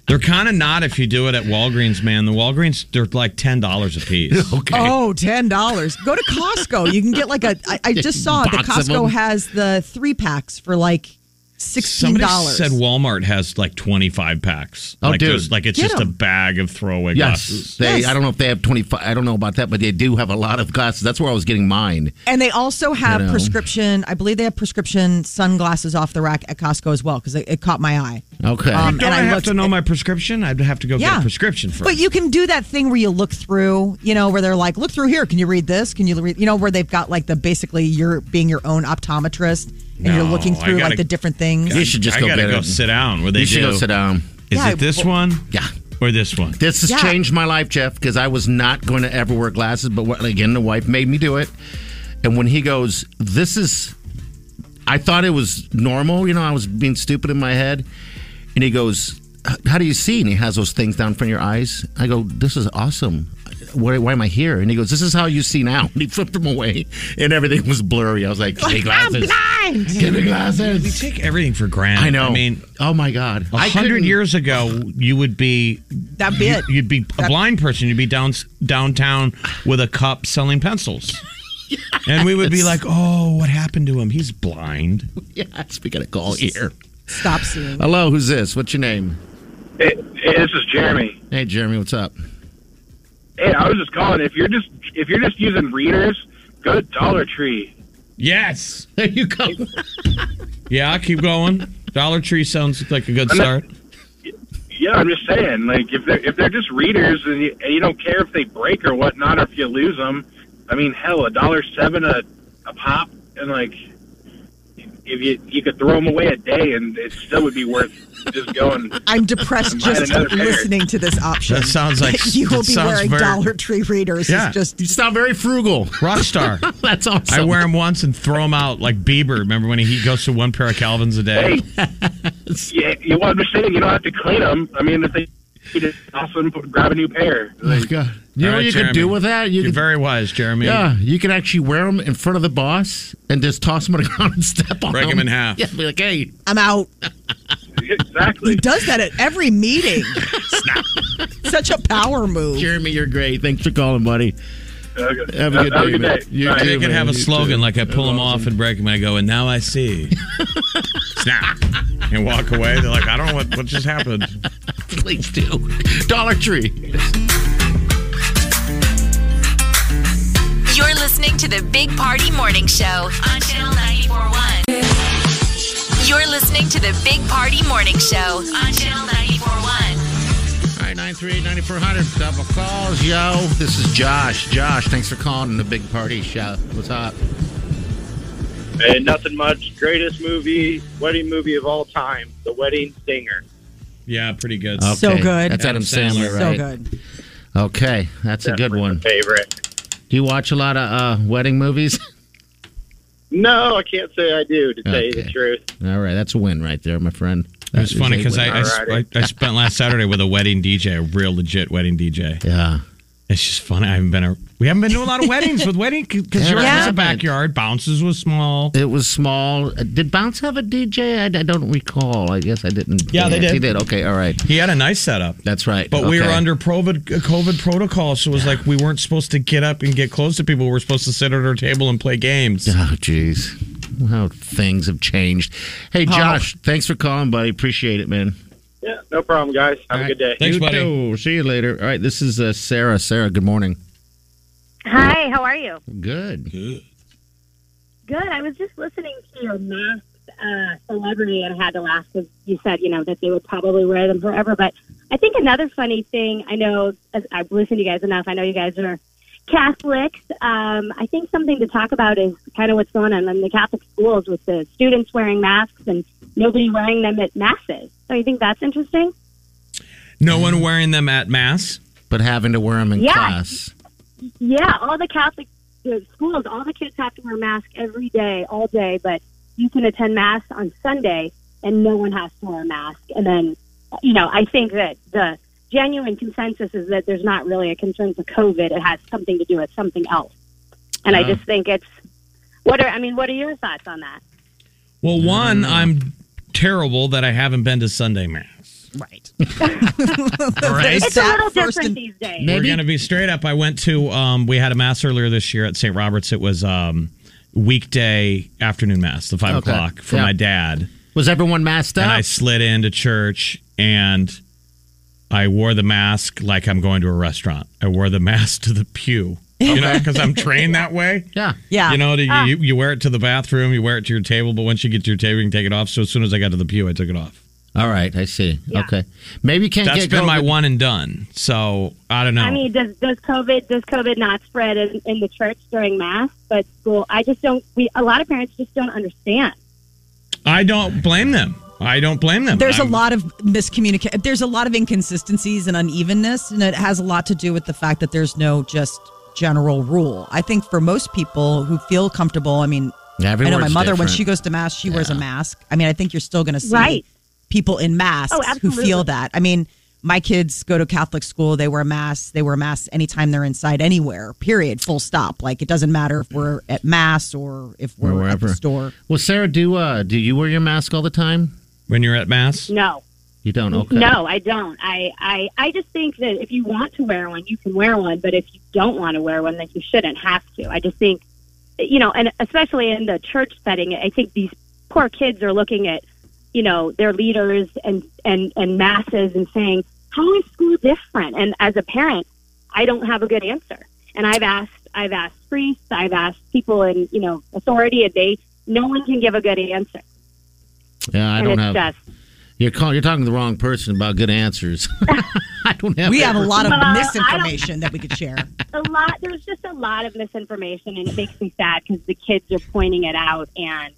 D: They're kind of not if you do it at Walgreens, man. The Walgreens, they're like ten dollars a piece.
C: Okay.
E: Oh, ten dollars. Go to Costco. You can get like a. I, I just saw that
C: Box of 'em.
E: Costco has the three packs for like sixteen
D: Somebody
E: dollars.
D: said Walmart has like 25 packs.
C: Oh,
D: like
C: dude.
D: those- like it's
E: Get
D: just a
E: 'em.
D: bag of throwaway
C: Yes,
D: glasses.
C: they.
E: Yes.
C: I don't know if they have twenty five. I don't know about that, but they do have a lot of glasses. That's where I was getting mine.
E: and they also have
C: You know.
E: prescription. I believe they have prescription sunglasses off the rack at Costco as well because it, it caught my eye.
C: Okay,
E: Um,
D: Don't
E: and
D: I,
E: I
D: have
E: looked-
D: to know my prescription? I'd have to go get a prescription first.
E: But you can do that thing where you look through, you know, where they're like, look through here. Can you read this? Can you read, you know, where they've got like the basically you're being your own optometrist and you're
D: No,
E: looking
D: I
E: through
D: gotta-
E: like the different things.
C: you should just
D: I
C: go
D: gotta
C: get
D: go
C: it.
D: sit down where they
C: you should
D: do.
C: go sit down.
D: Is
E: Yeah,
D: it this one
C: Yeah,
D: or this one?
C: this has
E: Yeah.
C: changed my life, Jeff, because I was not going to ever wear glasses. But what, again, the wife made me do it. And when he goes, "This is," I thought it was normal. You know, I was being stupid in my head. And he goes, "H- "How do you see?" And he has those things down in front of your eyes. I go, "This is awesome." Why, why am I here? And he goes, "This is how you see now." And he flipped them away, and everything was blurry. I was like, "Get me glasses!
E: blind.
C: Get me glasses!"
D: We take everything for granted.
C: I know.
D: I mean,
C: oh my god!
D: a
C: I
D: hundred
C: couldn't-
D: years ago, you would be
E: That'd be it.
D: you'd be a blind person. You'd be down downtown with a cup selling pencils, and we would be like, "Oh, what happened to him? He's blind."
C: Yes, we got a call here.
E: Stop seeing.
C: Hello, who's this? What's your name?
K: Hey, hey, this is Jeremy.
C: Hey, Jeremy, what's up?
K: Hey, I was just calling. If you're just if you're just using readers, go to Dollar Tree.
D: Yes.
C: There you go.
D: Yeah, keep going. Dollar Tree sounds like a good start.
K: Yeah, I'm just saying. Like if they're if they're just readers and you, and you don't care if they break or whatnot or if you lose them, I mean, hell, a dollar seven a a pop, and like if you you could throw them away a day and it still would be worth just going.
E: I'm depressed
K: Mine
E: just
K: another pair.
E: listening to this option.
D: That sounds like-
E: you will
D: that
E: be
D: sounds
E: wearing
D: very-
E: Dollar Tree readers.
D: Yeah.
E: It's just
C: You sound very frugal.
D: Rockstar.
C: That's awesome.
D: I wear them once and throw them out like Bieber. Remember when he goes to one pair of Calvins a day?
K: Hey, yeah, you well, I'm just saying you don't have to clean them. I mean, if they just awesome, grab a new pair.
C: Oh, God. You know
D: All
C: what
D: right,
C: you
D: Jeremy.
C: could do with that? You
D: You're
C: could,
D: very wise, Jeremy.
C: yeah, you can actually wear them in front of the boss and just toss them on the ground and step on
D: Break 'em in half.
C: Yeah, be like, hey,
E: I'm out. He
K: Exactly.
E: does that at every meeting. Such a power move.
C: Jeremy, you're great. Thanks for calling, buddy.
K: Okay.
L: Have a good day, man. You
D: I
L: too, man.
D: think could have a
L: You
D: slogan
L: too.
D: like I pull them off and break them. I go, and now I see. Snap. And walk away. They're like, I don't know what, what just happened.
L: Please do. Dollar Tree.
B: You're listening to the Big Party Morning Show on Channel 941. You're listening to the Big Party Morning Show on Channel 941.
C: All right, 938-9400, double calls, yo. This is Josh. Josh, thanks for calling the Big Party Show. What's up?
M: Hey, nothing much. Greatest movie, wedding movie of all time, The Wedding Singer.
D: Yeah, pretty good.
C: Okay, So good. that's Adam Sandler, So right? good. Okay, that's a good one.
M: Favorite.
C: Do you watch a lot of uh, wedding movies?
M: No, I can't say I do, to tell you the truth.
C: All right, that's a win right there, my friend.
D: It was
C: That is
D: funny
C: a
D: because I,
C: win.
D: I, sp- I, I spent last Saturday with a wedding DJ, a real legit wedding DJ.
C: Yeah.
D: It's just funny. I haven't been a, we haven't been to a lot of weddings with wedding because
C: There
D: yours was a
C: happened.
D: backyard. Bounces was small.
C: It was small. Uh, Did Bounce have a DJ? I, I don't recall. I guess I didn't.
D: Yeah, they
C: He
D: did.
C: did. Okay, all right.
D: He had a nice setup.
C: That's right.
D: But we were
C: Okay.
D: under COVID, COVID protocol, so it was like we weren't supposed to get up and get close to people. We were supposed to sit at our table and play games.
C: Oh, jeez. How things have changed. Hey,
D: Oh.
C: Josh, thanks for calling, buddy. Appreciate it, man.
M: Yeah, no problem, guys. Have a good day.
C: you too. See you later. All right, this is uh, Sarah. Sarah, good morning.
N: Hi, how are you?
C: Good. Good.
N: Good. I was just listening to your masked uh, celebrity and had to laugh because you said, you know, that they would probably wear them forever. But I think another funny thing, I know as I've listened to you guys enough, I know you guys are Catholics. Um, I think something to talk about is kind of what's going on in the Catholic schools with the students wearing masks and nobody wearing them at masses. So you think that's interesting?
D: No one wearing them at mass,
C: but having to wear them
N: in Yeah. class. Yeah, all the Catholic the schools, all the kids have to wear masks every day, all day, but you can attend mass on Sunday and no one has to wear a mask. And then, you know, I think that the genuine consensus is that there's not really a concern for COVID. It has something to do with something else. And I
D: Yeah.
N: just think it's, what are, I mean, what are your thoughts on that?
D: Well,
C: Mm.
D: one, I'm terrible that I haven't been to Sunday mass.
E: Right.
D: right.
N: it's a little different these days.
D: We're going to be straight up. I went to, um, we had a mass earlier this year at St. Robert's. It was um, weekday afternoon mass, the five
C: Okay.
D: o'clock for
C: Yeah.
D: my dad.
C: Was everyone masked up?
D: And I slid into church and I wore the mask like I'm going to a restaurant. I wore the mask to the pew. You know, because I'm trained that way.
C: Yeah.
D: You know, to,
N: Ah.
D: you, you wear it to the bathroom, you wear it to your table, but once you get to your table, you can take it off. So as soon as I got to the pew, I took it off.
C: All right, I see. Okay. Maybe you can't
D: That's
C: get
D: been my
C: COVID.
D: one and done. So I don't know.
N: I mean, does does COVID does COVID not spread in, in the church during mass, but school? I just don't. We a lot of parents just don't understand.
D: I don't blame them. I don't blame them.
E: There's a
D: I'm-
E: lot of miscommunication. There's a lot of inconsistencies and unevenness, and it has a lot to do with the fact that there's no just general rule. I think for most people who feel comfortable, I mean,
C: Yeah,
E: I know my
C: everyone's
E: mother when
C: different.
E: she goes to mass, she wears a mask. I mean, I think you're still going to see
N: Right.
E: people in masks
N: Oh,
E: who feel
N: absolutely.
E: that. I mean, my kids go to Catholic school; they wear masks. They wear masks anytime they're inside anywhere. Period. Full stop. Like it doesn't matter if we're at mass or if we're
C: or wherever.
E: at the store.
C: Well, Sarah, do uh, do you wear your mask all the time
D: when you're at mass?
N: No,
C: You don't. Okay.
N: no, I don't. I, I I just think that if you want to wear one, you can wear one, but if you don't want to wear one, then you shouldn't have to. I just think, you know, and especially in the church setting, I think these poor kids are looking at, you know, their leaders and and and masses and saying, how is school different? And as a parent, I don't have a good answer. And I've asked, I've asked priests, I've asked people in you know authority, and they no one can give a good answer.
C: Yeah, I
N: and
C: don't
N: it's
C: have.
N: just
C: You're call, You're talking to the wrong person about good answers. I don't have.
E: we have a lot of
N: Well, Uh, I don't-
E: misinformation that we could share.
N: a lot there's just a lot of misinformation and it makes me sad because the kids are pointing it out and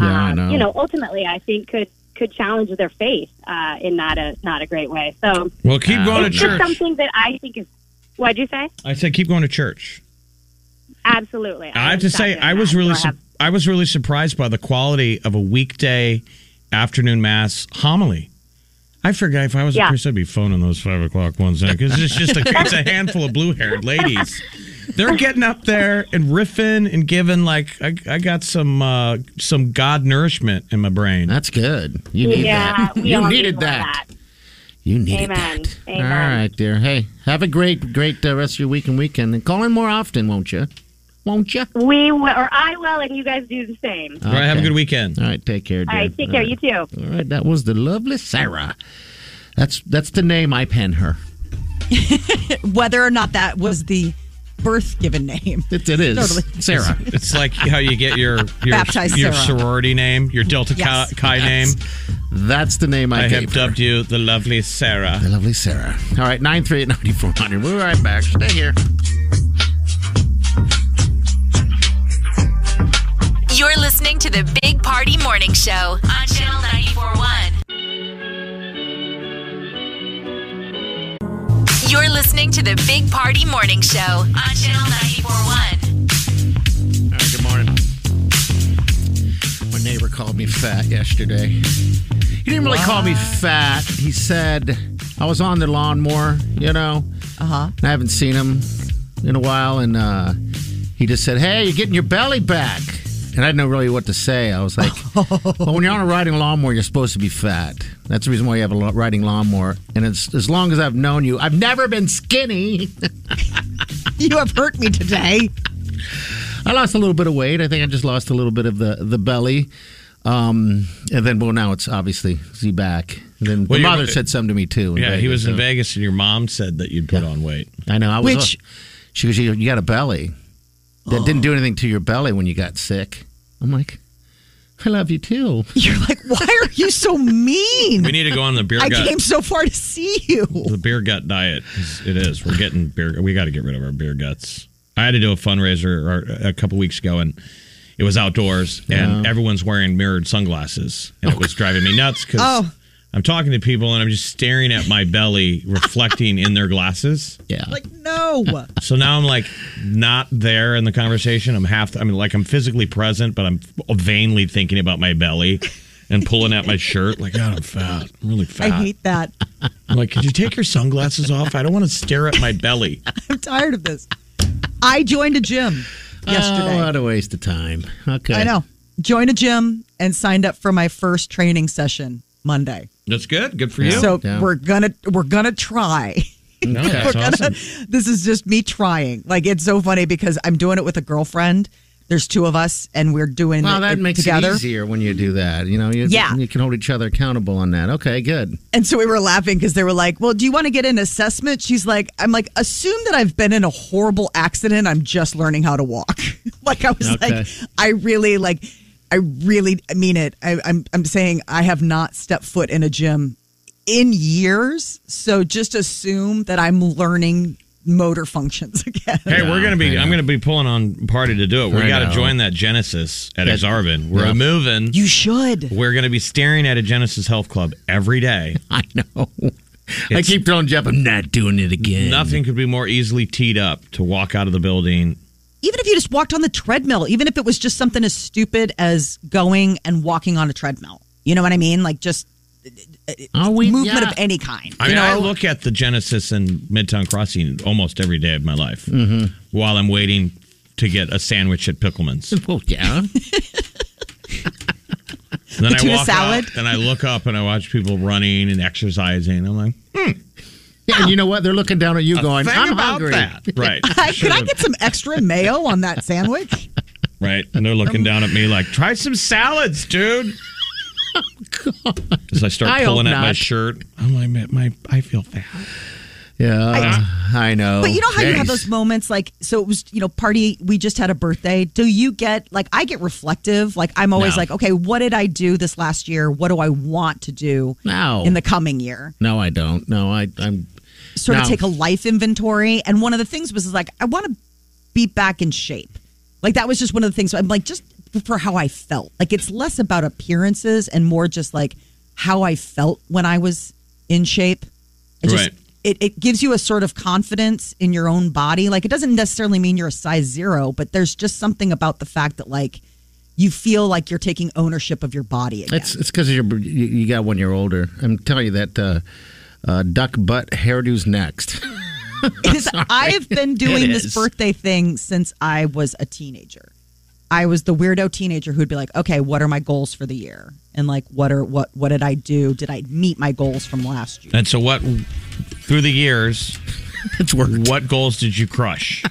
C: Yeah, I
N: um,
C: know.
N: you know ultimately i think could could challenge their faith uh, in not a not a great way so
D: Well, keep
N: uh,
D: going to
N: it's just
D: church.
N: something that i think is what'd you say
D: I said, keep going to church.
N: absolutely
D: I have to say, I was really, su- I was really surprised by the quality of a weekday afternoon mass homily. I forgot if I was
A: Yeah.
D: a priest, I'd be phoning those five o'clock ones out because it's just a, it's a handful of blue haired ladies. They're getting up there and riffing and giving like I, I got some uh, some God nourishment in my brain.
C: That's good. You
N: yeah we all need more of that.
O: You needed
N: Amen.
O: that.
N: Amen.
C: All right, dear. Hey, have a great, great uh, rest of your week and weekend. And call in more often, won't you? Won't you?
N: We will, or I will, and you guys do the same.
D: All right, have a good weekend.
C: All right, take care, dear.
N: All right, take care. You too.
C: All right, that was the lovely Sarah. That's that's the name I pen her.
E: Whether or not that was the birth given name.
C: It, it is. Sarah.
D: It's, it's like how you get your your,
E: Baptized
D: your
E: Sarah.
D: sorority name, your Delta
E: Yes.
D: Chi, Chi
C: name. That's the name I,
D: I
C: gave
D: have dubbed you the lovely Sarah.
C: The lovely Sarah. All right, 938 9400. We'll be right back. Stay here.
B: You're listening to the Big Party Morning Show on Channel 941. You're listening to the Big Party Morning Show on Channel
C: All
B: 941.
C: right, good morning. My neighbor called me fat yesterday. He didn't really call me fat. He said I was on the lawnmower, you know. Uh-huh. And I haven't seen him in a while and uh he just said, "Hey, you're getting your belly back." And I didn't know really what to say. I was like, "Well, when you're on a riding lawnmower, you're supposed to be fat. That's the reason why you have a lo- riding lawnmower." And it's as long as I've known you, I've never been skinny.
E: you have hurt me today.
C: I lost a little bit of weight. I think I just lost a little bit of the the belly. Um, and then, well, now it's obviously Z back. And then
D: Well, you-
C: my mother said something to me too. in
D: Yeah, he
C: Vegas,
D: was in
C: so-
D: Vegas, and your mom said that you'd put on weight.
C: I know. I was.
D: Which-
C: she goes, you, you got a belly that didn't
E: Oh.
C: do anything to your belly when you got sick. I'm like, I love you too.
E: You're like, why are you so mean?
D: We need to go on the beer
E: I
D: gut.
E: came so far to see you.
D: The beer gut diet. is- It is. We're getting beer. We got to get rid of our beer guts. I had to do a fundraiser or- a couple weeks ago, and it was outdoors, and
C: Yeah.
D: everyone's wearing mirrored sunglasses, and it was driving me nuts because
E: Oh.
D: I'm talking to people and I'm just staring at my belly reflecting in their glasses.
C: Yeah.
E: Like, no.
D: So now I'm like not there in the conversation. I'm half. I mean, like I'm physically present, but I'm vainly thinking about my belly and pulling at my shirt. Like, God, I'm fat. I'm really
E: I
D: fat.
E: hate that.
D: I'm like, could you take your sunglasses off? I don't want to stare at my belly.
E: I'm tired of this. I joined a gym yesterday.
C: Oh, what a waste of time. Okay.
E: I know. Joined a gym and signed up for my first training session Monday.
D: That's good. Good for you.
E: So we're gonna we're gonna try.
D: No, that's
E: We're gonna-
D: awesome.
E: This is just me trying. Like it's so funny because I'm doing it with a girlfriend. There's two of us and we're doing
C: Well,
E: it
C: that makes
E: together.
C: it easier when you do that. You know, you,
E: Yeah.
C: you can hold each other accountable on that. Okay, good.
E: And so we were laughing because they were like, "Well, do you want to get an assessment?" She's like, "I'm like, assume that I've been in a horrible accident. I'm just learning how to walk." like I was
C: Okay.
E: like, "I really like, I really mean it. I, I'm I'm saying I have not stepped foot in a gym in years. So just assume that I'm learning motor functions again."
D: Hey, we're gonna be. I'm gonna be pulling on party to do it.
C: I
D: We got to
C: know.
D: join that Genesis at
C: That-
D: Exarvin. We're
C: Yeah.
D: moving.
E: You should.
D: We're gonna be staring at a Genesis Health Club every day.
C: I know. I keep telling Jeff, I'm not doing it again.
D: Nothing could be more easily teed up to walk out of the building.
E: Even if you just walked on the treadmill, even if it was just something as stupid as going and walking on a treadmill. You know what I mean? Like just
C: Are Oh, we,
E: movement
C: yeah.
E: of any kind.
D: I mean, I look at the Genesis and Midtown Crossing almost every day of my life while I'm waiting to get a sandwich at Pickleman's.
C: Well, yeah.
D: And then
E: The tuna
D: I walk
E: salad?
D: Up, and I look up and I watch people running and exercising. I'm like,
C: Yeah, and you know what? They're looking down at you going,
D: think
C: I'm
D: about
C: hungry.
D: that. Right.
E: Hi, could I get some extra mayo on that sandwich?
D: Right. And they're looking down at me like, try some salads, dude. As I start
C: I
D: pulling
C: hope
D: at my
C: not.
D: shirt, I'm like, my, my, I feel fat.
C: Yeah, I, know.
E: But you know how you have
C: Jeez.
E: those moments like so it was you know party we just had a birthday. Do you get like I get reflective like I'm always
C: No.
E: like okay what did I do this last year? What do I want to do
C: No.
E: in the coming year?
C: no, I don't. No, I, I'm.
E: Sort of
C: No.
E: take a life inventory. And one of the things was is like I want to be back in shape. Like that was just one of the things. I'm like just for how I felt. Like it's less about appearances and more just like how I felt when I was in shape. It just
D: Right.
E: it, it gives you a sort of confidence in your own body. Like it doesn't necessarily mean you're a size zero, but there's just something about the fact that like you feel like you're taking ownership of your body again.
C: It's it's because you're you, you got one year older. I'm telling you that uh, uh, duck butt hairdo's next.
E: It is- I have been doing
C: It
E: this
C: is.
E: birthday thing since I was a teenager. I was the weirdo teenager who'd be like, okay, what are my goals for the year? And like, what are what what did I do? Did I meet my goals from last year?
D: And so, what through the years?
L: It's worked.
D: What goals did you crush?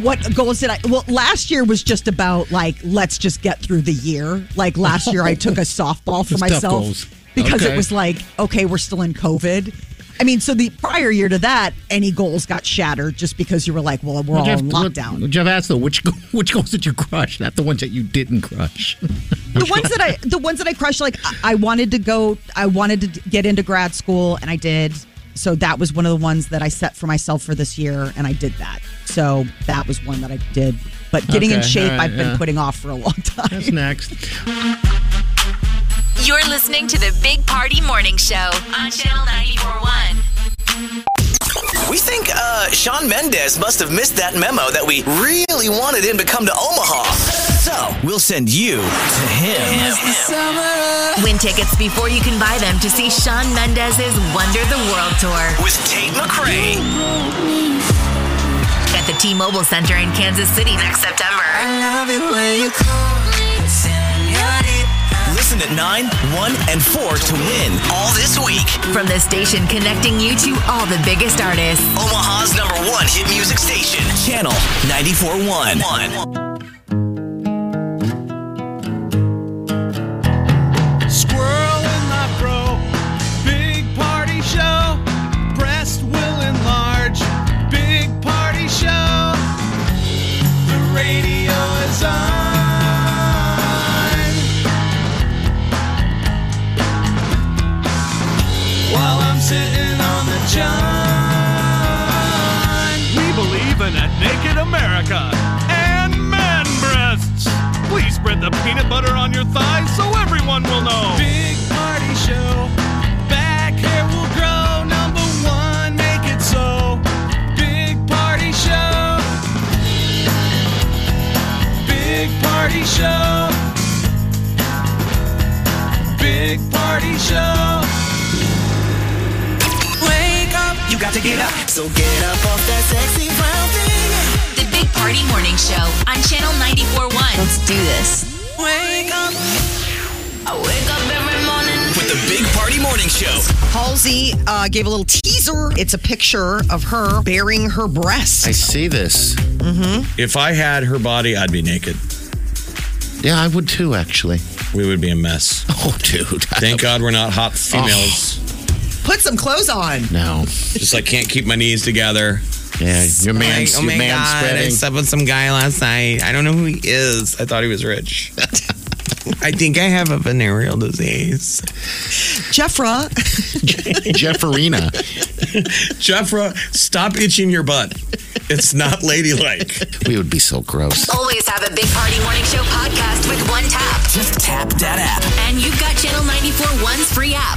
E: What goals did I? Well, last year was just about like let's just get through the year. Like last year, I took a softball for
L: Just tough
E: myself
L: goals.
E: because
L: Okay.
E: it was like, okay, we're still in COVID. I mean, so the prior year to that, any goals got shattered just because you were like, well, we're all
L: Jeff,
E: in lockdown.
L: What, Jeff asked though, which go- which goals did you crush? Not the ones that you didn't crush.
E: the ones that I the ones that I crushed like I, I wanted to go I wanted to get into grad school and I did so that was one of the ones that I set for myself for this year and I did that so that was one that I did but getting in
L: Okay,
E: shape
L: all right,
E: I've been
L: yeah.
E: putting off for a long time
L: That's next.
B: You're listening to the Big Party Morning Show on Channel 941.
P: We think uh, Sean Mendez must have missed that memo that we really wanted him to come to Omaha. So we'll send you to him.
B: Win tickets before you can buy them to see Sean Mendez's Wonder the World Tour
P: With Tate McRae.
B: at the T-Mobile Center in Kansas City next September.
P: Listen at 9, 1, and 4 to win all this week.
B: From the station connecting you to all the biggest artists.
P: Omaha's number one hit music station, Channel 94.1.
A: Squirrel in my bro. Big party show. Breast will enlarge. Big party show. The radio is on. While I'm sitting on the john. We believe in a naked America and man breasts. Please spread the peanut butter on your thighs so everyone will know. Big party show. Back hair will grow. Number one, make it so. Big party show. Big party show. Big party show.
P: Wake up. You got to get up. So get up off that sexy brown thing.
B: The Big Party Morning Show on Channel 941. Let's do this.
P: Wake up.
B: I wake up every morning.
P: With the Big Party Morning Show.
Q: Halsey uh, gave a little teaser. It's a picture of her bearing her breast.
D: I see this. Mm-hmm. If I had her body, I'd be naked.
L: Yeah, I would too. Actually,
D: we would be a mess.
L: Oh, dude!
D: Thank God we're not hot females.
C: Oh,
Q: Put some clothes on.
L: No.
D: Just like can't keep my knees together.
L: Yeah, your man,
D: oh my
L: your man
D: God, I
L: spreading.
D: slept with some guy last night. I don't know who he is. I thought he was rich. I think I have a venereal disease.
Q: Jeffra.
L: Jefferina.
D: Jeffra, stop itching your butt. It's not ladylike.
L: We would be so gross.
B: Always have a Big Party Morning Show podcast with one tap.
P: Just tap that app.
B: And you've got Channel 941's free app.